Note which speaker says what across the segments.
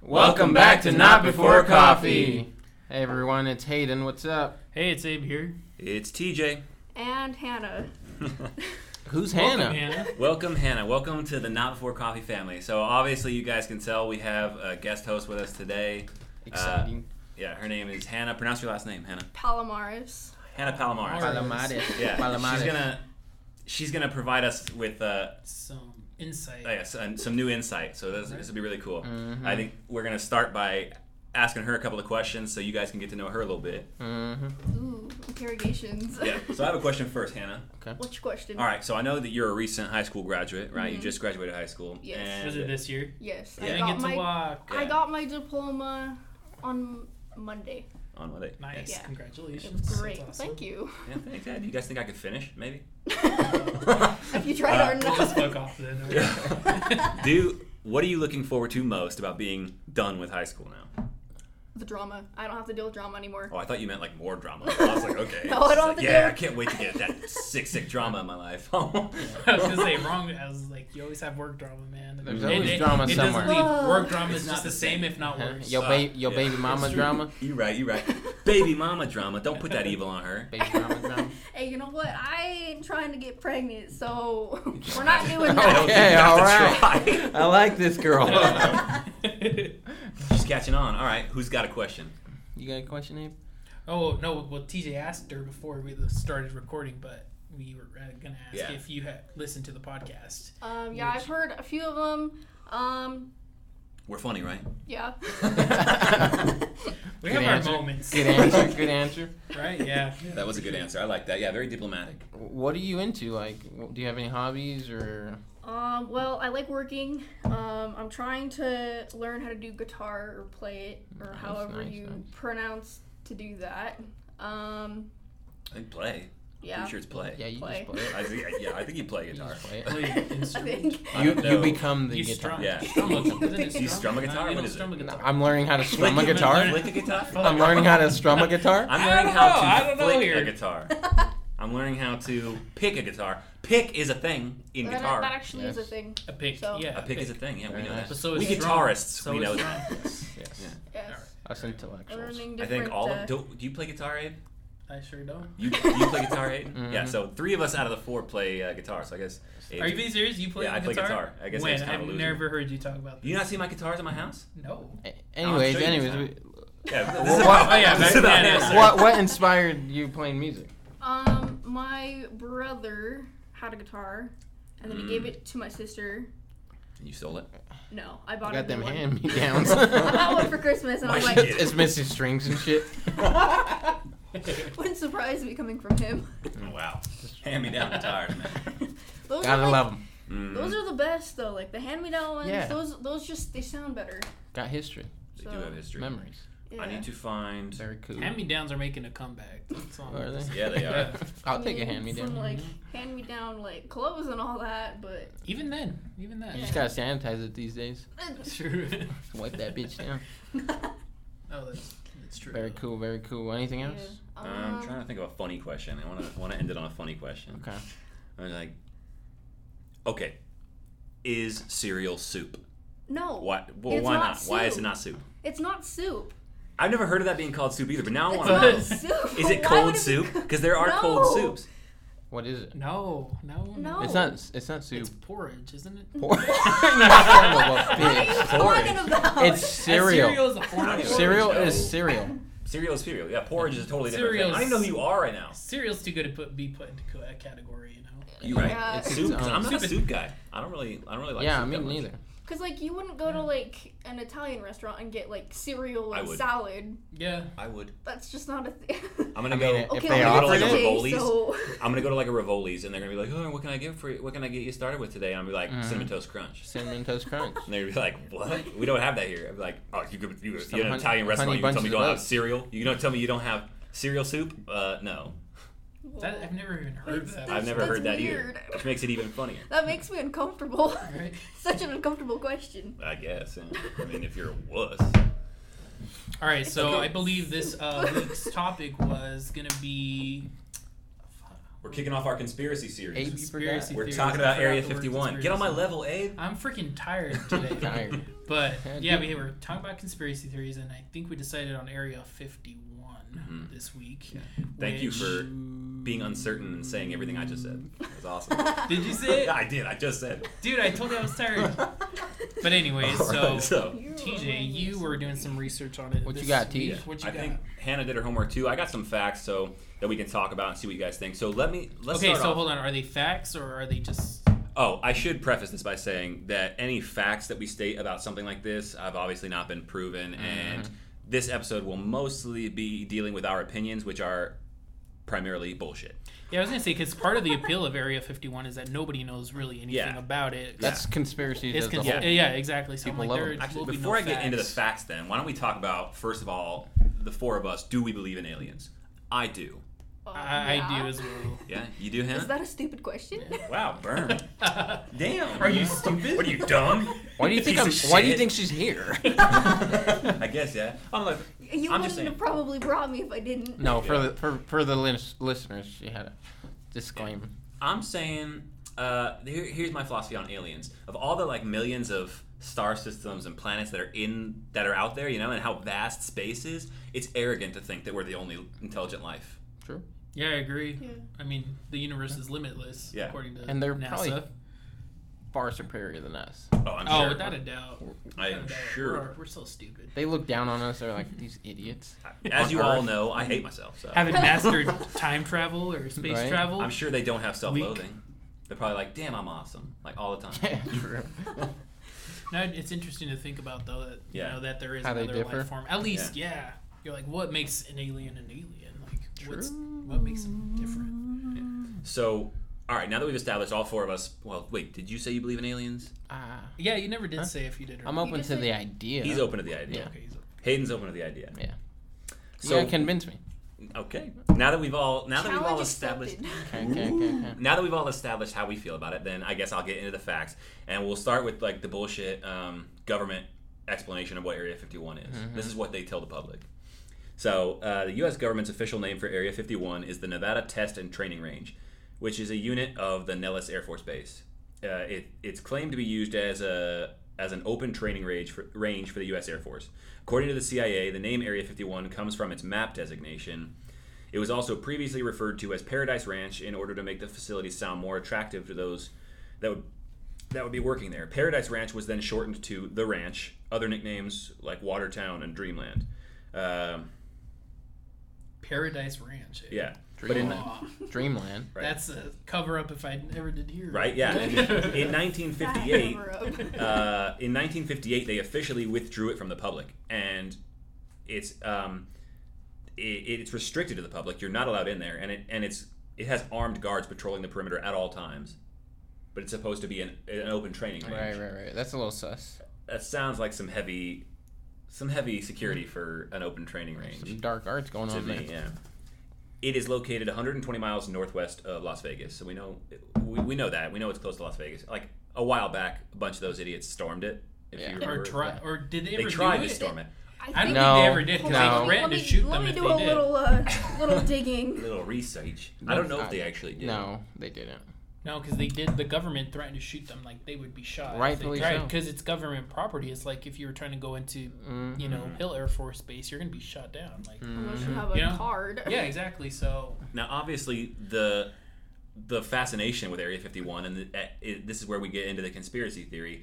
Speaker 1: Welcome back to Not Before Coffee.
Speaker 2: Hey everyone, it's Hayden. What's up?
Speaker 3: Hey, it's Abe here.
Speaker 1: It's TJ.
Speaker 4: And Hannah.
Speaker 2: Who's
Speaker 3: Welcome,
Speaker 4: Uh,
Speaker 2: Hannah?
Speaker 3: Hannah.
Speaker 1: Welcome, Hannah. Welcome to the Not Before Coffee family. So, obviously, you guys can tell we have a guest host with us today.
Speaker 2: Exciting.
Speaker 1: Yeah, her name is Hannah. Pronounce your last name, Hannah.
Speaker 4: Palomares.
Speaker 1: Hannah Palomares.
Speaker 3: Palomares.
Speaker 2: Palomares.
Speaker 1: Yeah,
Speaker 2: Palomares.
Speaker 1: she's gonna she's gonna provide us with uh,
Speaker 3: Some insight.
Speaker 1: oh yeah, some, some new insight. So this, this will be really cool.
Speaker 2: Mhm.
Speaker 1: I think we're gonna start by asking her a couple of questions so you guys can get to know her a little bit.
Speaker 2: Mhm.
Speaker 4: Ooh, interrogations.
Speaker 1: Yeah. So I have a question first, Hannah.
Speaker 4: Which question?
Speaker 1: All right. So I know that you're a recent high school graduate, right? You
Speaker 4: Mhm.
Speaker 1: just graduated high school.
Speaker 4: Yes.
Speaker 3: Was
Speaker 1: And
Speaker 3: it this year?
Speaker 4: Yes.
Speaker 1: Yeah.
Speaker 4: I,
Speaker 3: I
Speaker 4: got
Speaker 3: get to
Speaker 4: my,
Speaker 3: walk.
Speaker 4: I
Speaker 1: Yeah.
Speaker 4: got my diploma on Monday.
Speaker 1: on what day?
Speaker 3: Nice.
Speaker 4: Yeah. It
Speaker 3: Congratulations.
Speaker 4: was great.
Speaker 3: That's awesome.
Speaker 4: Thank you.
Speaker 1: Yeah, thanks. Yeah, do you guys think I could finish? Maybe.
Speaker 4: if you tried
Speaker 1: Uh,
Speaker 4: hard
Speaker 3: We'll just fuck
Speaker 4: enough.
Speaker 3: off then.
Speaker 1: Yeah. do what are you looking forward to most about being done with high school now?
Speaker 4: The drama. I don't have to deal with drama anymore.
Speaker 1: Oh, I thought you meant like more drama. I was like, okay.
Speaker 4: No, I don't
Speaker 1: It's like,
Speaker 4: think
Speaker 1: yeah,
Speaker 4: I-
Speaker 1: I can't wait to get that sick, sick drama in my life.
Speaker 3: I was gonna say wrong. I was like, you always have work drama, man.
Speaker 2: There's
Speaker 3: It-
Speaker 2: always
Speaker 3: it,
Speaker 2: drama
Speaker 3: it
Speaker 2: somewhere.
Speaker 3: doesn't leave.
Speaker 4: Whoa.
Speaker 3: Work drama
Speaker 1: It's
Speaker 3: is
Speaker 1: not
Speaker 3: just the
Speaker 1: the
Speaker 3: same, if not
Speaker 2: Huh?
Speaker 3: worse.
Speaker 2: Your,
Speaker 1: Uh,
Speaker 2: ba- your
Speaker 1: yeah.
Speaker 2: baby mama
Speaker 1: It's true.
Speaker 2: drama.
Speaker 1: You right, you right. Baby mama drama. Don't put that evil on her.
Speaker 2: Baby mama drama.
Speaker 4: Hey, you know what? I ain't trying to get pregnant, so we're not doing
Speaker 1: I
Speaker 4: that.
Speaker 1: don't think you
Speaker 2: Okay, alright.
Speaker 1: have to try.
Speaker 2: I like this girl.
Speaker 1: She's catching on. All right, who's got a question?
Speaker 2: you got a question, Abe?
Speaker 3: oh no! Well, TJ asked her before we started recording, but we were uh, gonna ask
Speaker 1: Yeah.
Speaker 3: if you had listened to the podcast.
Speaker 4: Um, yeah, I've heard a few of them. Um,
Speaker 1: We're funny, right?
Speaker 4: yeah.
Speaker 3: We
Speaker 2: Good
Speaker 3: have
Speaker 2: answer.
Speaker 3: our moments,
Speaker 2: Good answer. Good answer.
Speaker 3: right? Yeah.
Speaker 1: That was a good answer. I like that. Yeah, very diplomatic.
Speaker 2: What are you into? Like, w- do you have any hobbies or?
Speaker 4: Um, well, I like working. Um, I'm trying to learn how to do guitar or play it or
Speaker 2: Nice,
Speaker 4: however
Speaker 2: nice,
Speaker 4: you
Speaker 2: nice.
Speaker 4: pronounce to do that. Um,
Speaker 1: I think play.
Speaker 4: yeah.
Speaker 1: Pretty sure it's play.
Speaker 2: Yeah, you
Speaker 4: Play.
Speaker 2: just play. It.
Speaker 1: I think, yeah, I think you play
Speaker 2: You
Speaker 1: guitar.
Speaker 2: just play it.
Speaker 3: Play
Speaker 4: I
Speaker 3: an instrument.
Speaker 4: think.
Speaker 1: I
Speaker 2: You,
Speaker 1: don't
Speaker 2: you
Speaker 1: know.
Speaker 2: become the
Speaker 3: you
Speaker 2: guitar.
Speaker 3: strum.
Speaker 1: Yeah.
Speaker 3: Strum a guitar. Isn't it
Speaker 1: You strum a guitar?
Speaker 3: You
Speaker 1: What
Speaker 3: don't
Speaker 1: is it?
Speaker 3: strum a guitar.
Speaker 2: I'm learning how to strum a
Speaker 1: Flick-
Speaker 2: guitar.
Speaker 1: Flick a guitar.
Speaker 2: I'm learning how to strum a guitar.
Speaker 1: I'm
Speaker 3: I
Speaker 1: learning
Speaker 3: don't
Speaker 1: how
Speaker 3: know.
Speaker 1: to
Speaker 3: I don't know
Speaker 1: flick a
Speaker 3: here.
Speaker 1: guitar. I'm learning how to pick a guitar. Pick is a thing in
Speaker 4: That,
Speaker 1: guitar.
Speaker 4: that actually is
Speaker 2: Yes.
Speaker 4: a thing.
Speaker 3: A pick.
Speaker 4: So-
Speaker 3: Yeah.
Speaker 1: a pick is a thing. Yeah, we
Speaker 2: Very
Speaker 1: know
Speaker 2: nice.
Speaker 1: that.
Speaker 3: But so is
Speaker 1: we
Speaker 3: strum.
Speaker 1: guitarists,
Speaker 3: So
Speaker 1: we
Speaker 3: is
Speaker 1: know
Speaker 3: strum.
Speaker 1: that.
Speaker 2: Yes.
Speaker 1: Yeah.
Speaker 4: Yes.
Speaker 2: Us
Speaker 4: I'm
Speaker 2: intellectuals.
Speaker 4: learning
Speaker 1: I
Speaker 4: different.
Speaker 1: think all
Speaker 4: uh,
Speaker 1: of do, do you play guitar, Abe?
Speaker 3: I sure don't.
Speaker 1: You, you play guitar, Abe? Yeah.
Speaker 2: Mhm.
Speaker 1: So three of us out of the four play uh, guitar. So I guess. Abe,
Speaker 3: Mm-hmm. Are you being serious? You play
Speaker 1: Yeah, I play
Speaker 3: guitar?
Speaker 1: guitar. I guess I
Speaker 3: when?
Speaker 1: just kinda
Speaker 3: I've
Speaker 1: lose it.
Speaker 3: never heard you talk about this.
Speaker 1: you not see my guitars at my house?
Speaker 3: No.
Speaker 2: A- Anyways,
Speaker 1: show you
Speaker 2: anyways,
Speaker 1: guitar.
Speaker 2: we,
Speaker 1: Yeah.
Speaker 2: Well,
Speaker 1: This is
Speaker 2: what-
Speaker 1: about,
Speaker 3: oh, yeah,
Speaker 1: this is
Speaker 3: back
Speaker 1: about him,
Speaker 3: then, yes,
Speaker 1: sir.
Speaker 3: sir.
Speaker 2: what what inspired you playing music?
Speaker 4: Um, my brother had a guitar, and then
Speaker 1: Mm.
Speaker 4: he gave it to my sister.
Speaker 1: You stole it.
Speaker 4: No, I
Speaker 2: You
Speaker 4: bought a
Speaker 2: got
Speaker 4: new
Speaker 2: them
Speaker 4: one.
Speaker 2: hand me downs.
Speaker 4: I bought one for Christmas, and I was
Speaker 1: Why'd
Speaker 4: like,
Speaker 1: you
Speaker 2: it's, it's missing strings and shit.
Speaker 4: wouldn't surprise me coming from him.
Speaker 1: Wow. Hand me down guitars, man.
Speaker 4: Those are
Speaker 2: Gotta
Speaker 4: like-
Speaker 2: love them.
Speaker 1: Mm.
Speaker 4: Those are the best though, like the hand-me-down ones.
Speaker 2: Yeah.
Speaker 4: Those those just they sound better.
Speaker 2: Got history,
Speaker 1: they
Speaker 4: so,
Speaker 1: do have history.
Speaker 2: memories.
Speaker 4: Yeah.
Speaker 1: I need to find.
Speaker 2: Very cool.
Speaker 3: Hand me downs are making a comeback. That's all.
Speaker 2: Are they?
Speaker 1: Yeah, they are.
Speaker 2: I'll take a
Speaker 4: Need
Speaker 2: hand me down.
Speaker 4: Some like hand-me-down like clothes and all that, but
Speaker 3: Even then. Even
Speaker 2: You
Speaker 3: then.
Speaker 2: just gotta sanitize it these days.
Speaker 3: That's true.
Speaker 2: Wipe that bitch down.
Speaker 3: Oh, that's, that's true.
Speaker 2: Very cool, very cool. Anything
Speaker 4: Yeah.
Speaker 2: else?
Speaker 1: uh, I'm
Speaker 4: Um,
Speaker 1: trying to think of a funny question. I want to want to end it on a funny question.
Speaker 2: Okay.
Speaker 1: I was like, okay, is cereal soup?
Speaker 4: no,
Speaker 1: What? Well,
Speaker 4: It's
Speaker 1: why
Speaker 4: not
Speaker 1: not? Why is it
Speaker 4: soup.
Speaker 1: not soup?
Speaker 4: it's not soup.
Speaker 1: I've never heard of that being called soup either. But now I
Speaker 4: It's
Speaker 1: want
Speaker 3: wanna
Speaker 4: not
Speaker 1: to know.
Speaker 3: know.
Speaker 4: soup.
Speaker 1: Is it
Speaker 4: Why
Speaker 1: cold
Speaker 4: would be
Speaker 1: soup?
Speaker 4: co-
Speaker 1: Because there are cold
Speaker 4: No.
Speaker 1: soups.
Speaker 2: What is it?
Speaker 3: No. No.
Speaker 4: No.
Speaker 2: It's not. It's not soup.
Speaker 3: It's porridge, isn't it?
Speaker 2: Por- You son of a bitch.
Speaker 4: What are you talking about?
Speaker 2: It's
Speaker 3: A
Speaker 2: cereal.
Speaker 3: cereal is a form of
Speaker 1: Cereal.
Speaker 3: porridge.
Speaker 2: Cereal
Speaker 1: No.
Speaker 2: is cereal.
Speaker 1: Cereal is cereal. Yeah, porridge is a totally different. Thing. I
Speaker 3: Cereal's-
Speaker 1: don't even know who you are right now.
Speaker 3: Cereal's too good to put be put into co- a category, you know.
Speaker 1: You right?
Speaker 4: Yeah.
Speaker 1: It's
Speaker 2: It's
Speaker 1: soup.
Speaker 2: its
Speaker 1: 'cause
Speaker 2: own.
Speaker 1: I'm not
Speaker 3: Soup
Speaker 1: a
Speaker 3: is-
Speaker 1: soup guy. I don't really. I don't really like.
Speaker 2: Yeah,
Speaker 1: soup
Speaker 2: me
Speaker 1: that much.
Speaker 2: neither.
Speaker 4: Because like you wouldn't go to like an Italian restaurant and get like cereal
Speaker 1: I
Speaker 4: and
Speaker 1: would.
Speaker 4: salad.
Speaker 3: Yeah.
Speaker 1: I would.
Speaker 4: That's just not a thing.
Speaker 1: I'm gonna
Speaker 2: I
Speaker 1: go.
Speaker 2: mean, it- If
Speaker 4: okay,
Speaker 2: they
Speaker 4: well,
Speaker 2: offered
Speaker 4: okay,
Speaker 1: it- Rollies?
Speaker 4: so
Speaker 1: I'm gonna go to like a Rivoli's and they're gonna be like, "Oh, what can I get for you? What can I get you started with today?" And I'll be like,
Speaker 2: Mhm.
Speaker 1: "Cinnamon toast crunch."
Speaker 2: Cinnamon toast crunch.
Speaker 1: And they'd be like, "What? We don't have that here." I'd be like, "Oh, you could, you,
Speaker 2: Some
Speaker 1: you're an
Speaker 2: honey-
Speaker 1: Italian restaurant.
Speaker 2: honey
Speaker 1: You tell me
Speaker 2: bunches
Speaker 1: you
Speaker 2: of
Speaker 1: don't have
Speaker 2: oats."
Speaker 1: cereal. You don't tell me you don't have cereal soup. Uh, no,
Speaker 3: That, I've never even heard of that.
Speaker 1: I've never
Speaker 4: That's
Speaker 1: heard that
Speaker 4: weird.
Speaker 1: either, which makes it even funnier.
Speaker 4: That makes me uncomfortable.
Speaker 3: Right?
Speaker 4: Such an uncomfortable question.
Speaker 1: I guess. yeah. I mean, if you're a wuss,
Speaker 3: All right, so
Speaker 4: Okay.
Speaker 3: I believe this uh, week's topic was gonna be
Speaker 1: We're kicking off our conspiracy series.
Speaker 2: Eight
Speaker 3: Conspiracy
Speaker 1: We're
Speaker 3: theories.
Speaker 1: talking
Speaker 3: I
Speaker 1: about
Speaker 3: forgot
Speaker 1: Area
Speaker 3: the word
Speaker 1: 51. Get on my
Speaker 3: conspiracy.
Speaker 1: level, Abe.
Speaker 3: I'm freaking tired today.
Speaker 2: Tired.
Speaker 3: but
Speaker 2: Yeah,
Speaker 3: yeah,
Speaker 2: dude.
Speaker 3: we were talking about conspiracy theories, and I think we decided on Area 51
Speaker 1: Mhm.
Speaker 3: this week.
Speaker 1: Thank you
Speaker 3: which-
Speaker 1: for being uncertain and saying everything I just said. That was awesome.
Speaker 3: Did you say it?
Speaker 1: I did. I just said.
Speaker 3: Dude, I told you I was tired. But anyway, so
Speaker 1: Alright, so
Speaker 4: You
Speaker 3: TJ, you were doing some research on it.
Speaker 2: What you
Speaker 3: this
Speaker 2: got,
Speaker 3: week.
Speaker 2: TJ?
Speaker 3: What you
Speaker 1: I
Speaker 3: got?
Speaker 1: think Hannah did her homework too. I got some facts so that we can talk about and see what you guys think. So let me let's
Speaker 3: okay,
Speaker 1: start
Speaker 3: so
Speaker 1: off.
Speaker 3: hold on. Are they facts or are they just?
Speaker 1: Oh, I should preface this by saying that any facts that we state about something like this have obviously not been proven,
Speaker 3: Mm-hmm.
Speaker 1: and this episode will mostly be dealing with our opinions, which are primarily bullshit.
Speaker 3: Yeah, I was gonna say because part of the appeal of Area 51 is that nobody knows really anything
Speaker 1: Yeah.
Speaker 3: about it.
Speaker 2: That's conspiracies
Speaker 3: It's
Speaker 2: as a
Speaker 3: cons-
Speaker 2: whole.
Speaker 3: yeah. yeah, exactly. So I'm
Speaker 2: People
Speaker 3: like,
Speaker 2: love
Speaker 3: there
Speaker 2: them.
Speaker 1: Actually,
Speaker 3: will be
Speaker 1: before
Speaker 3: no
Speaker 1: I get into the
Speaker 3: facts.
Speaker 1: facts, then why don't we talk about first of all the four of us? Do we believe in aliens? I do.
Speaker 4: Uh,
Speaker 3: I, I
Speaker 4: yeah.
Speaker 3: do as well.
Speaker 1: Yeah, you do, Hannah.
Speaker 4: Is that a stupid question?
Speaker 1: wow, burn. Damn.
Speaker 3: Are you stupid?
Speaker 1: What are you dumb?
Speaker 2: Why do you think? I'm,
Speaker 1: Piece of
Speaker 2: why do you
Speaker 1: shit.
Speaker 2: think she's here?
Speaker 1: I guess yeah. I'm like,
Speaker 4: you
Speaker 1: I'm
Speaker 4: wouldn't
Speaker 1: just saying.
Speaker 4: have probably brought me if I didn't.
Speaker 2: No, for
Speaker 1: Yeah.
Speaker 2: the for, for the lis- listeners, she had a disclaimer.
Speaker 1: I'm saying uh, here, here's my philosophy on aliens. Of all the like millions of star systems and planets that are in that are out there, you know, and how vast space is, it's arrogant to think that we're the only intelligent life.
Speaker 2: True.
Speaker 3: Yeah, I agree.
Speaker 4: Yeah.
Speaker 3: I mean, the universe is limitless,
Speaker 1: Yeah.
Speaker 3: according to
Speaker 2: And they're
Speaker 3: NASA.
Speaker 2: probably far superior than us.
Speaker 1: Oh, I'm
Speaker 3: oh,
Speaker 1: sure.
Speaker 3: without a
Speaker 1: I
Speaker 3: doubt. Without a
Speaker 1: am
Speaker 3: doubt.
Speaker 1: sure.
Speaker 3: We're, we're so stupid.
Speaker 2: They look down on us. They're like these idiots.
Speaker 1: As
Speaker 2: On
Speaker 1: you all
Speaker 2: Earth.
Speaker 1: know, I hate myself. So
Speaker 3: Haven't mastered time travel or space
Speaker 2: Right.
Speaker 3: travel.
Speaker 1: I'm sure they don't have self-loathing. They're probably like, "Damn, I'm awesome," like all the time.
Speaker 2: Yeah, true.
Speaker 3: No, it's interesting to think about though that
Speaker 1: Yeah.
Speaker 3: you know that there is
Speaker 2: How they
Speaker 3: another
Speaker 2: differ.
Speaker 3: life form. At least, yeah. You're like, what makes an alien an alien? Like, what's
Speaker 2: True.
Speaker 3: what makes them different?
Speaker 1: So, all right, now that we've established all four of us, well, wait, did you say you believe in aliens?
Speaker 2: Ah,
Speaker 3: Yeah, you never did
Speaker 2: Huh?
Speaker 3: say if you did. Or
Speaker 2: I'm
Speaker 3: not.
Speaker 2: open
Speaker 4: just
Speaker 2: to
Speaker 4: said-
Speaker 2: the idea.
Speaker 1: He's open to the idea.
Speaker 2: Yeah.
Speaker 3: Okay, he's a-
Speaker 1: Hayden's open to the idea.
Speaker 2: Yeah.
Speaker 1: So
Speaker 2: yeah, convince me.
Speaker 1: okay, now that we've all now that we've all
Speaker 4: Challenge
Speaker 1: established
Speaker 4: accepted.
Speaker 2: Okay, okay, okay, okay.
Speaker 1: now that we've all established how we feel about it, then I guess I'll get into the facts, and we'll start with like the bullshit um, government explanation of what Area 51 is. This is what they tell the public. So uh, the U.S. government's official name for Area 51 is the Nevada Test and Training Range, which is a unit of the Nellis Air Force Base. Uh, it, it's claimed to be used as a as an open training range for, range for the U.S. Air Force. According to the CIA, the name Area 51 comes from its map designation. It was also previously referred to as Paradise Ranch in order to make the facility sound more attractive to those that would that would be working there. Paradise Ranch was then shortened to The Ranch. Other nicknames like Watertown and Dreamland. Um,
Speaker 3: Paradise Ranch. eh?
Speaker 1: yeah, but in
Speaker 2: Dreamland.
Speaker 3: Aw,
Speaker 2: Dreamland.
Speaker 1: right.
Speaker 3: That's a cover up if I ever did hear. it.
Speaker 1: right, yeah. In, in
Speaker 4: Back
Speaker 1: 1958,
Speaker 4: on the road.
Speaker 1: uh, in 1958, they officially withdrew it from the public, and it's um, it, it's restricted to the public. You're not allowed in there, and it and it's it has armed guards patrolling the perimeter at all times. But it's supposed to be an, an open training range.
Speaker 2: Right, right, right. That's a little sus.
Speaker 1: That sounds like some heavy, some heavy security for an open training range.
Speaker 2: Some dark arts going
Speaker 1: to
Speaker 2: on there.
Speaker 1: me, yeah. It is located 120 miles northwest of Las Vegas, so we know we, we know that we know it's close to Las Vegas. Like a while back, a bunch of those idiots stormed it. If
Speaker 2: Yeah.
Speaker 1: you
Speaker 3: Or
Speaker 1: remember,
Speaker 3: try, or did they
Speaker 1: they
Speaker 3: ever
Speaker 1: tried
Speaker 3: do
Speaker 1: to
Speaker 3: it?
Speaker 1: storm it.
Speaker 3: I don't
Speaker 4: think-
Speaker 2: No,
Speaker 3: think they ever did because
Speaker 2: no.
Speaker 3: they
Speaker 4: Let
Speaker 3: threatened
Speaker 4: me,
Speaker 3: to shoot
Speaker 4: let
Speaker 3: them
Speaker 4: me
Speaker 3: if
Speaker 4: do
Speaker 3: they
Speaker 4: a
Speaker 3: did.
Speaker 4: little uh, little digging.
Speaker 1: Little research. I don't know if they actually did.
Speaker 2: No, they didn't.
Speaker 3: No, because they did. The government threatened to shoot them. Like they would be shot.
Speaker 2: Rightfully so.
Speaker 3: Because it's government property. It's like if you were trying to go into,
Speaker 2: Mm.
Speaker 3: you know,
Speaker 1: Mm-hmm.
Speaker 3: Hill Air Force Base, you're gonna be shot down. Like.
Speaker 1: Mm.
Speaker 4: Unless you have a
Speaker 3: Yeah.
Speaker 4: card.
Speaker 3: Yeah, exactly. So
Speaker 1: Now, obviously, the the fascination with Area 51, and the, eh, it, this is where we get into the conspiracy theory.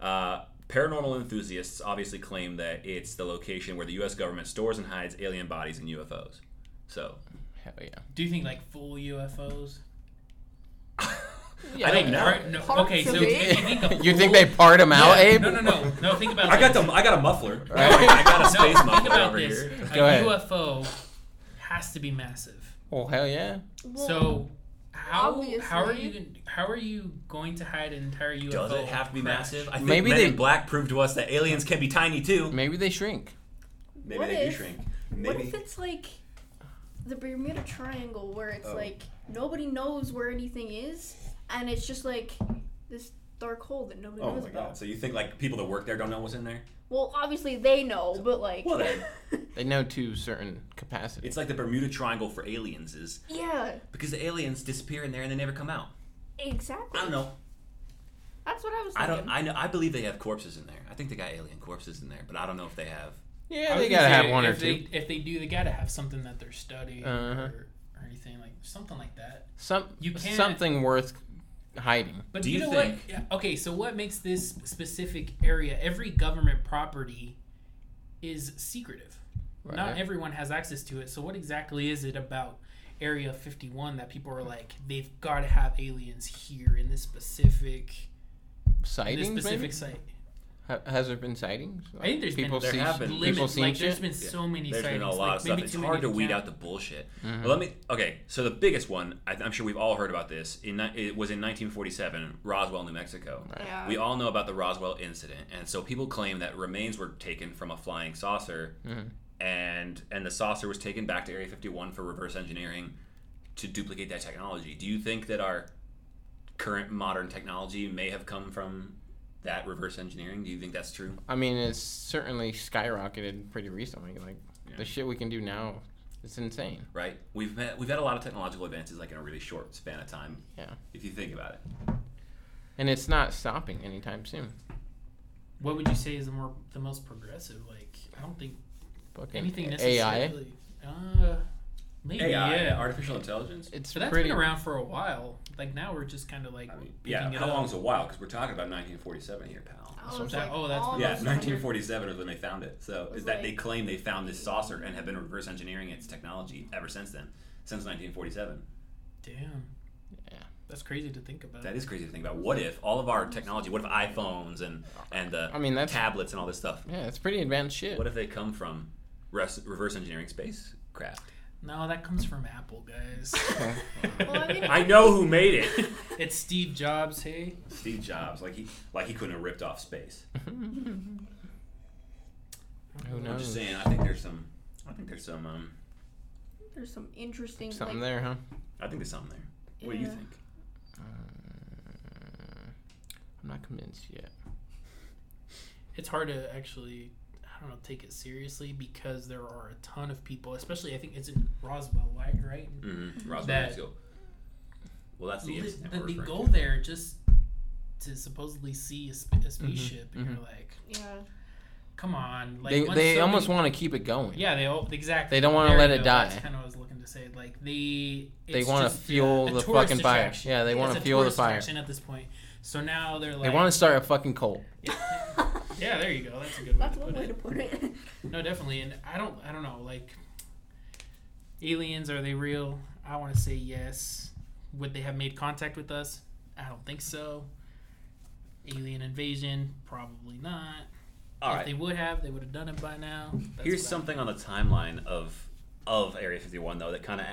Speaker 1: Uh, paranormal enthusiasts obviously claim that it's the location where the U.S. government stores and hides alien bodies and UFOs. So
Speaker 2: Hell yeah.
Speaker 3: Do you think like full UFOs?
Speaker 1: I don't
Speaker 3: Like,
Speaker 1: know.
Speaker 3: right- no,
Speaker 4: Parts
Speaker 3: okay,
Speaker 4: of
Speaker 3: so
Speaker 4: it.
Speaker 3: do you think a
Speaker 2: You
Speaker 3: full-
Speaker 2: think they part him out,
Speaker 3: Yeah,
Speaker 2: Abe?
Speaker 3: No, no, no, no. Think about.
Speaker 1: I got
Speaker 3: this.
Speaker 1: the I got a muffler.
Speaker 2: Right.
Speaker 1: I got a
Speaker 3: No,
Speaker 1: space
Speaker 3: think
Speaker 1: muffler
Speaker 3: about
Speaker 1: over
Speaker 3: this.
Speaker 1: here.
Speaker 3: A
Speaker 2: Go ahead.
Speaker 3: UFO has to be massive.
Speaker 2: Oh hell yeah.
Speaker 4: Well,
Speaker 3: so how how are
Speaker 4: obviously.
Speaker 3: you how are you going to hide an entire UFO?
Speaker 1: Does it have to be
Speaker 3: crash?
Speaker 1: massive? I think
Speaker 2: Maybe
Speaker 1: Men
Speaker 2: they-
Speaker 1: in Black proved to us that aliens can be tiny too.
Speaker 2: Maybe they shrink.
Speaker 1: Maybe
Speaker 4: What
Speaker 1: they
Speaker 4: if-
Speaker 1: do shrink.
Speaker 4: what
Speaker 1: Maybe
Speaker 4: if it's like the Bermuda Triangle, where it's
Speaker 1: Oh.
Speaker 4: like nobody knows where anything is, and it's just like this dark hole that nobody
Speaker 1: Oh
Speaker 4: knows
Speaker 1: my
Speaker 4: about.
Speaker 1: god! So you think like people that work there don't know what's in there?
Speaker 4: Well, obviously they know, but like,
Speaker 1: Well, then.
Speaker 2: They know to a certain capacity.
Speaker 1: It's like the Bermuda Triangle for aliens is
Speaker 4: yeah,
Speaker 1: because the aliens disappear in there and they never come out.
Speaker 4: exactly.
Speaker 1: I don't know.
Speaker 4: That's what I was.
Speaker 1: I
Speaker 4: Thinking.
Speaker 1: don't. I know. I believe they have corpses in there. I think they got alien corpses in there, but I don't know if they have.
Speaker 2: yeah,
Speaker 3: I
Speaker 2: they gotta
Speaker 3: was gonna
Speaker 2: have
Speaker 3: say,
Speaker 2: one or
Speaker 3: if they,
Speaker 2: two.
Speaker 3: If they do, they gotta have something that they're studying
Speaker 2: Uh-huh.
Speaker 3: or, or anything like something like that.
Speaker 2: Some
Speaker 3: You can't-
Speaker 2: something worth hiding.
Speaker 3: But
Speaker 1: Do
Speaker 3: you,
Speaker 1: you
Speaker 3: know
Speaker 1: think-
Speaker 3: what? Yeah, Okay, so what makes this specific area? Every government property is secretive. Not
Speaker 2: Right.
Speaker 3: everyone has access to it. So what exactly is it about Area 51 that people are like they've got to have aliens here in this specific in this
Speaker 2: Sightings,
Speaker 3: specific
Speaker 2: maybe?
Speaker 3: site?
Speaker 2: Ha- has there been sightings?
Speaker 3: I think there's
Speaker 2: people
Speaker 3: been
Speaker 1: There
Speaker 2: see,
Speaker 1: have been.
Speaker 2: people
Speaker 3: Limit,
Speaker 2: seen
Speaker 3: like
Speaker 2: shit.
Speaker 3: there's been so many
Speaker 1: There's
Speaker 3: sightings.
Speaker 1: been a lot
Speaker 3: like,
Speaker 1: of stuff.
Speaker 3: maybe
Speaker 1: It's
Speaker 3: too many
Speaker 1: hard to
Speaker 3: to
Speaker 1: weed
Speaker 3: count.
Speaker 1: out the bullshit. But let me. Okay, so the biggest one I, I'm sure we've all heard about this. In ni- it was in 1947, Roswell, New Mexico.
Speaker 4: Yeah.
Speaker 1: We all know about the Roswell incident, and so people claim that remains were taken from a flying saucer, and and the saucer was taken back to Area 51 for reverse engineering to duplicate that technology. Do you think that our current modern technology may have come from that reverse engineering? Do you think that's true?
Speaker 2: I mean, it's certainly skyrocketed pretty recently. Like
Speaker 1: Yeah.
Speaker 2: the shit we can do now, it's insane.
Speaker 1: Right? We've met, we've had a lot of technological advances like in a really short span of time.
Speaker 2: Yeah.
Speaker 1: If you think about it.
Speaker 2: And it's not stopping anytime soon.
Speaker 3: What would you say is the more the most progressive? Like I don't think
Speaker 2: Fucking
Speaker 3: anything
Speaker 2: AI.
Speaker 3: necessarily. Uh, maybe
Speaker 1: AI,
Speaker 3: yeah.
Speaker 1: artificial intelligence.
Speaker 2: It's
Speaker 3: But that's
Speaker 2: pretty.
Speaker 3: been around for a while. Like now we're just kind of like
Speaker 1: I mean, yeah,
Speaker 3: picking it
Speaker 1: how
Speaker 3: up.
Speaker 1: long's a while? Because we're talking about 1947 here, pal.
Speaker 2: That's
Speaker 4: I was
Speaker 2: what
Speaker 3: I'm
Speaker 4: like,
Speaker 3: saying. Oh, that's-
Speaker 1: Yeah,
Speaker 4: almost
Speaker 1: 1947 is when they found it. So
Speaker 4: was
Speaker 1: is that they
Speaker 4: like-
Speaker 1: claim they found this saucer and have been reverse engineering its technology ever since then, since 1947.
Speaker 3: Damn.
Speaker 2: Yeah.
Speaker 3: That's crazy to think about.
Speaker 1: That is crazy to think about. What if all of our technology? What if iPhones and and the
Speaker 2: I mean, that's-
Speaker 1: tablets and all this stuff?
Speaker 2: Yeah, it's pretty advanced shit.
Speaker 1: What if they come from res- reverse engineering spacecraft?
Speaker 3: no, that comes from Apple, guys.
Speaker 4: Well, I mean,
Speaker 1: I know who made it.
Speaker 3: it's Steve Jobs. Hey,
Speaker 1: Steve Jobs, like he like he couldn't have ripped off space.
Speaker 2: Who
Speaker 1: I'm
Speaker 2: knows?
Speaker 1: just saying. I think there's some. I think there's some. Um,
Speaker 4: There's some interesting
Speaker 2: Something
Speaker 4: like,
Speaker 2: there, huh?
Speaker 1: I think there's something there. What do you
Speaker 4: Yeah.
Speaker 1: think?
Speaker 2: Uh, I'm not convinced yet.
Speaker 3: it's hard to actually. I don't know, take it seriously because there are a ton of people, especially I think it's in Roswell, right? Right?
Speaker 1: Mm-hmm. Roswell,
Speaker 3: That-
Speaker 1: Nashville. Well, that's the
Speaker 3: Li-
Speaker 1: incident
Speaker 3: that
Speaker 1: we're
Speaker 3: they
Speaker 1: referring
Speaker 3: go
Speaker 1: to.
Speaker 3: there just to supposedly see a, sp-
Speaker 1: Mm-hmm.
Speaker 3: a spaceship, and you're like,
Speaker 4: Yeah.
Speaker 3: come on! Like
Speaker 2: they
Speaker 3: once
Speaker 2: they
Speaker 3: so
Speaker 2: almost
Speaker 3: many-
Speaker 2: want to keep it going.
Speaker 3: Yeah, they all exactly.
Speaker 2: They don't wanna
Speaker 3: There
Speaker 2: let
Speaker 3: you
Speaker 2: it
Speaker 3: go.
Speaker 2: die.
Speaker 3: That's kind of what I was looking to say. Like they,
Speaker 2: They
Speaker 3: it's
Speaker 2: wanna
Speaker 3: just
Speaker 2: fuel
Speaker 3: a
Speaker 2: the
Speaker 3: tourist
Speaker 2: fucking fire.
Speaker 3: attraction.
Speaker 2: Yeah, they wanna
Speaker 3: it's a
Speaker 2: fuel the
Speaker 3: tourist
Speaker 2: fire.
Speaker 3: attraction At this point, so now they're like,
Speaker 2: They want to start a fucking cult.
Speaker 3: Yeah, there you go. That's a good way
Speaker 4: That's
Speaker 3: to
Speaker 4: one
Speaker 3: put
Speaker 4: way to
Speaker 3: it.
Speaker 4: put it.
Speaker 3: No, definitely. And I don't, I don't know. Like, aliens are they real? I want to say yes. Would they have made contact with us? I don't think so. Alien invasion? Probably not.
Speaker 1: All
Speaker 3: if
Speaker 1: right.
Speaker 3: they would have, they would have done it by now. That's
Speaker 1: Here's
Speaker 3: what I-
Speaker 1: something on the timeline of of Area 51 though that kind of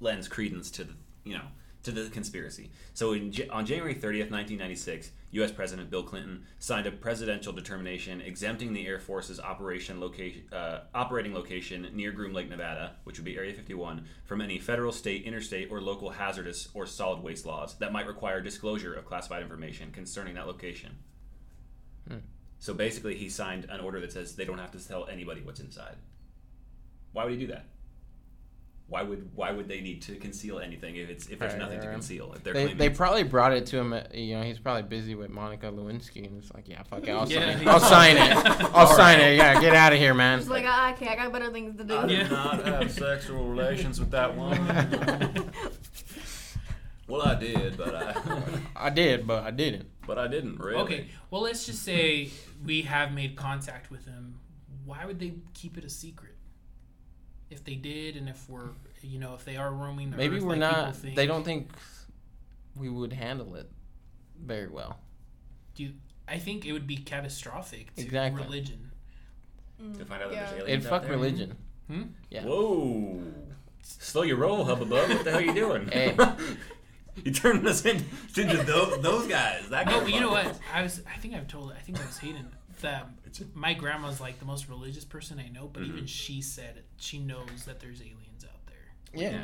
Speaker 1: lends credence to the you know to the conspiracy. So in, Ja- on January 30th, 1996, U.S. President Bill Clinton signed a presidential determination exempting the Air Force's operation location uh, operating location near Groom Lake, Nevada, which would be Area 51, from any federal, state, interstate, or local hazardous or solid waste laws that might require disclosure of classified information concerning that location. So basically, he signed an order that says they don't have to tell anybody what's inside. Why would he do that? Why would why would they need to conceal anything if it's if there's
Speaker 2: Right,
Speaker 1: nothing to
Speaker 2: right.
Speaker 1: conceal? If they're
Speaker 2: They,
Speaker 1: claiming
Speaker 2: they
Speaker 1: it's-
Speaker 2: probably brought it to him. At, you know, he's probably busy with Monica Lewinsky, and it's like, yeah, fuck it, I'll
Speaker 3: Yeah,
Speaker 2: sign,
Speaker 3: he-
Speaker 2: I'll sign it, I'll sign it. Yeah, get out of here, man.
Speaker 4: It's like, ah, okay, I got better things to do.
Speaker 1: I did
Speaker 3: Yeah.
Speaker 1: not uh, have sexual relations with that woman. well, I did, but I
Speaker 2: I did, but I didn't.
Speaker 1: but I didn't really.
Speaker 3: Okay, well, let's just say we have made contact with them. Why would they keep it a secret? If they did, and if we're, you know, if they are roaming the
Speaker 2: Maybe
Speaker 3: earth
Speaker 2: we're
Speaker 3: like people
Speaker 2: not.
Speaker 3: think,
Speaker 2: They don't think we would handle it very well.
Speaker 3: Do you- I think it would be catastrophic to
Speaker 2: Exactly.
Speaker 3: religion.
Speaker 1: To find out that
Speaker 4: Yeah.
Speaker 1: there's
Speaker 2: It'd
Speaker 1: aliens out
Speaker 2: fuck
Speaker 1: there.
Speaker 2: religion. yeah.
Speaker 1: Whoa! Slow your roll, Hubba Bub. What the hell are you doing?
Speaker 2: Hey.
Speaker 1: you turned us into, into those, those guys. That
Speaker 3: No,
Speaker 1: guy
Speaker 3: but you know
Speaker 1: fucked
Speaker 3: what?
Speaker 1: us.
Speaker 3: I was. I think I've told. I think I was Hayden that my grandma's like the most religious person I know, but
Speaker 2: Mm-hmm.
Speaker 3: even she said it. she knows that there's aliens out there.
Speaker 2: Yeah,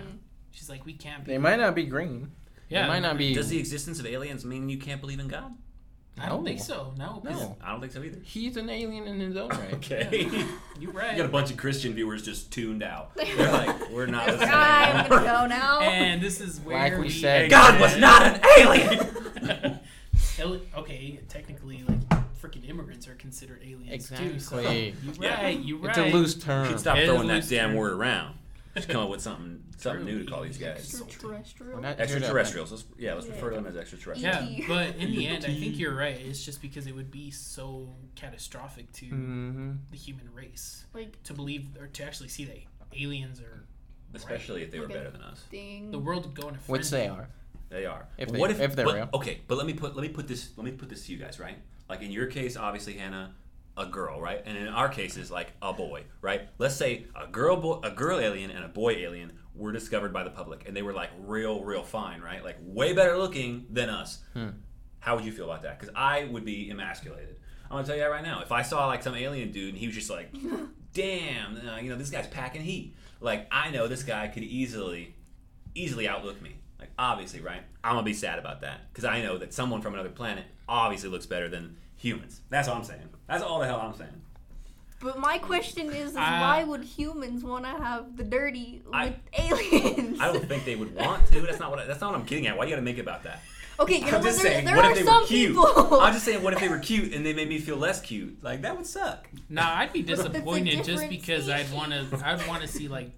Speaker 3: She's like, we can't be.
Speaker 2: they might not be green. They might not be.
Speaker 1: Does the existence of aliens mean you can't believe in God?
Speaker 3: I don't
Speaker 2: No.
Speaker 3: think so. No, 'cause
Speaker 2: No.
Speaker 1: I don't think so either.
Speaker 2: He's an alien in his own right.
Speaker 1: Okay.
Speaker 3: you
Speaker 1: I got a
Speaker 3: right.
Speaker 1: bunch of Christian viewers just tuned out. They're like, we're not listening.
Speaker 4: I'm gonna
Speaker 1: anymore."
Speaker 4: go now.
Speaker 3: And this is where
Speaker 2: Like we said.
Speaker 1: God was not an alien.
Speaker 3: Ele- okay, technically, like freaking immigrants are considered aliens too. So
Speaker 2: Exactly.
Speaker 3: you
Speaker 1: Yeah.
Speaker 3: right, you right.
Speaker 2: It's a loose
Speaker 1: You
Speaker 2: term.
Speaker 1: should stop
Speaker 3: It is
Speaker 1: throwing
Speaker 3: a
Speaker 1: that
Speaker 3: loose
Speaker 1: damn
Speaker 3: term.
Speaker 1: word around. Just come up with something something new to call these guys.
Speaker 4: Extraterrestrial.
Speaker 2: We're not here to-
Speaker 1: Extraterrestrials. Let's, yeah, let's refer to them as extraterrestrials.
Speaker 3: Yeah,
Speaker 4: ET.
Speaker 3: but in the end, I think you're right. It's just because it would be so catastrophic to
Speaker 1: Hmm.
Speaker 2: Mhm.
Speaker 3: the human race
Speaker 4: like
Speaker 3: to believe or to actually see that aliens are
Speaker 1: Especially if they were
Speaker 4: Okay.
Speaker 1: better than us.
Speaker 4: thing.
Speaker 3: the world would go in a
Speaker 2: Which
Speaker 3: frenzy.
Speaker 2: they are.
Speaker 1: They are.
Speaker 2: If
Speaker 1: But
Speaker 2: they-
Speaker 1: what if,
Speaker 2: if they're
Speaker 1: but-
Speaker 2: real.
Speaker 1: Okay, but let me put let me put this let me put this to you guys, right? Like in your case, obviously Hannah, a girl, right? And in our cases, like a boy, right? Let's say a girl boy, a girl alien and a boy alien were discovered by the public, and they were like real, real fine, right? Like way better looking than us.
Speaker 2: Hmm.
Speaker 1: How would you feel about that? Because I would be emasculated. I'm gonna tell you that right now. If I saw like some alien dude and he was just like, "Damn, uh, you know this guy's packing heat," like I know this guy could easily, easily outlook me. Like obviously, right? I'm gonna be sad about that because I know that someone from another planet obviously looks better than humans. That's all I'm saying. That's all the hell I'm saying.
Speaker 4: But my question is, is
Speaker 3: Uh,
Speaker 4: why would humans want to have the dirty with
Speaker 1: I-
Speaker 4: aliens?
Speaker 1: I don't think they would want to. That's not what. I, that's not what I'm getting at. Why you gotta make it about that?
Speaker 4: okay, you know
Speaker 1: I'm
Speaker 4: what?
Speaker 1: just
Speaker 4: There,
Speaker 1: saying.
Speaker 4: there
Speaker 1: what
Speaker 4: are
Speaker 1: if they
Speaker 4: some
Speaker 1: were cute?
Speaker 4: people.
Speaker 1: I'm just saying. What if they were cute and they made me feel less cute? Like that would suck.
Speaker 3: Nah, I'd be disappointed just
Speaker 4: different
Speaker 3: because I'd
Speaker 4: species.
Speaker 3: want to. I'd want to see like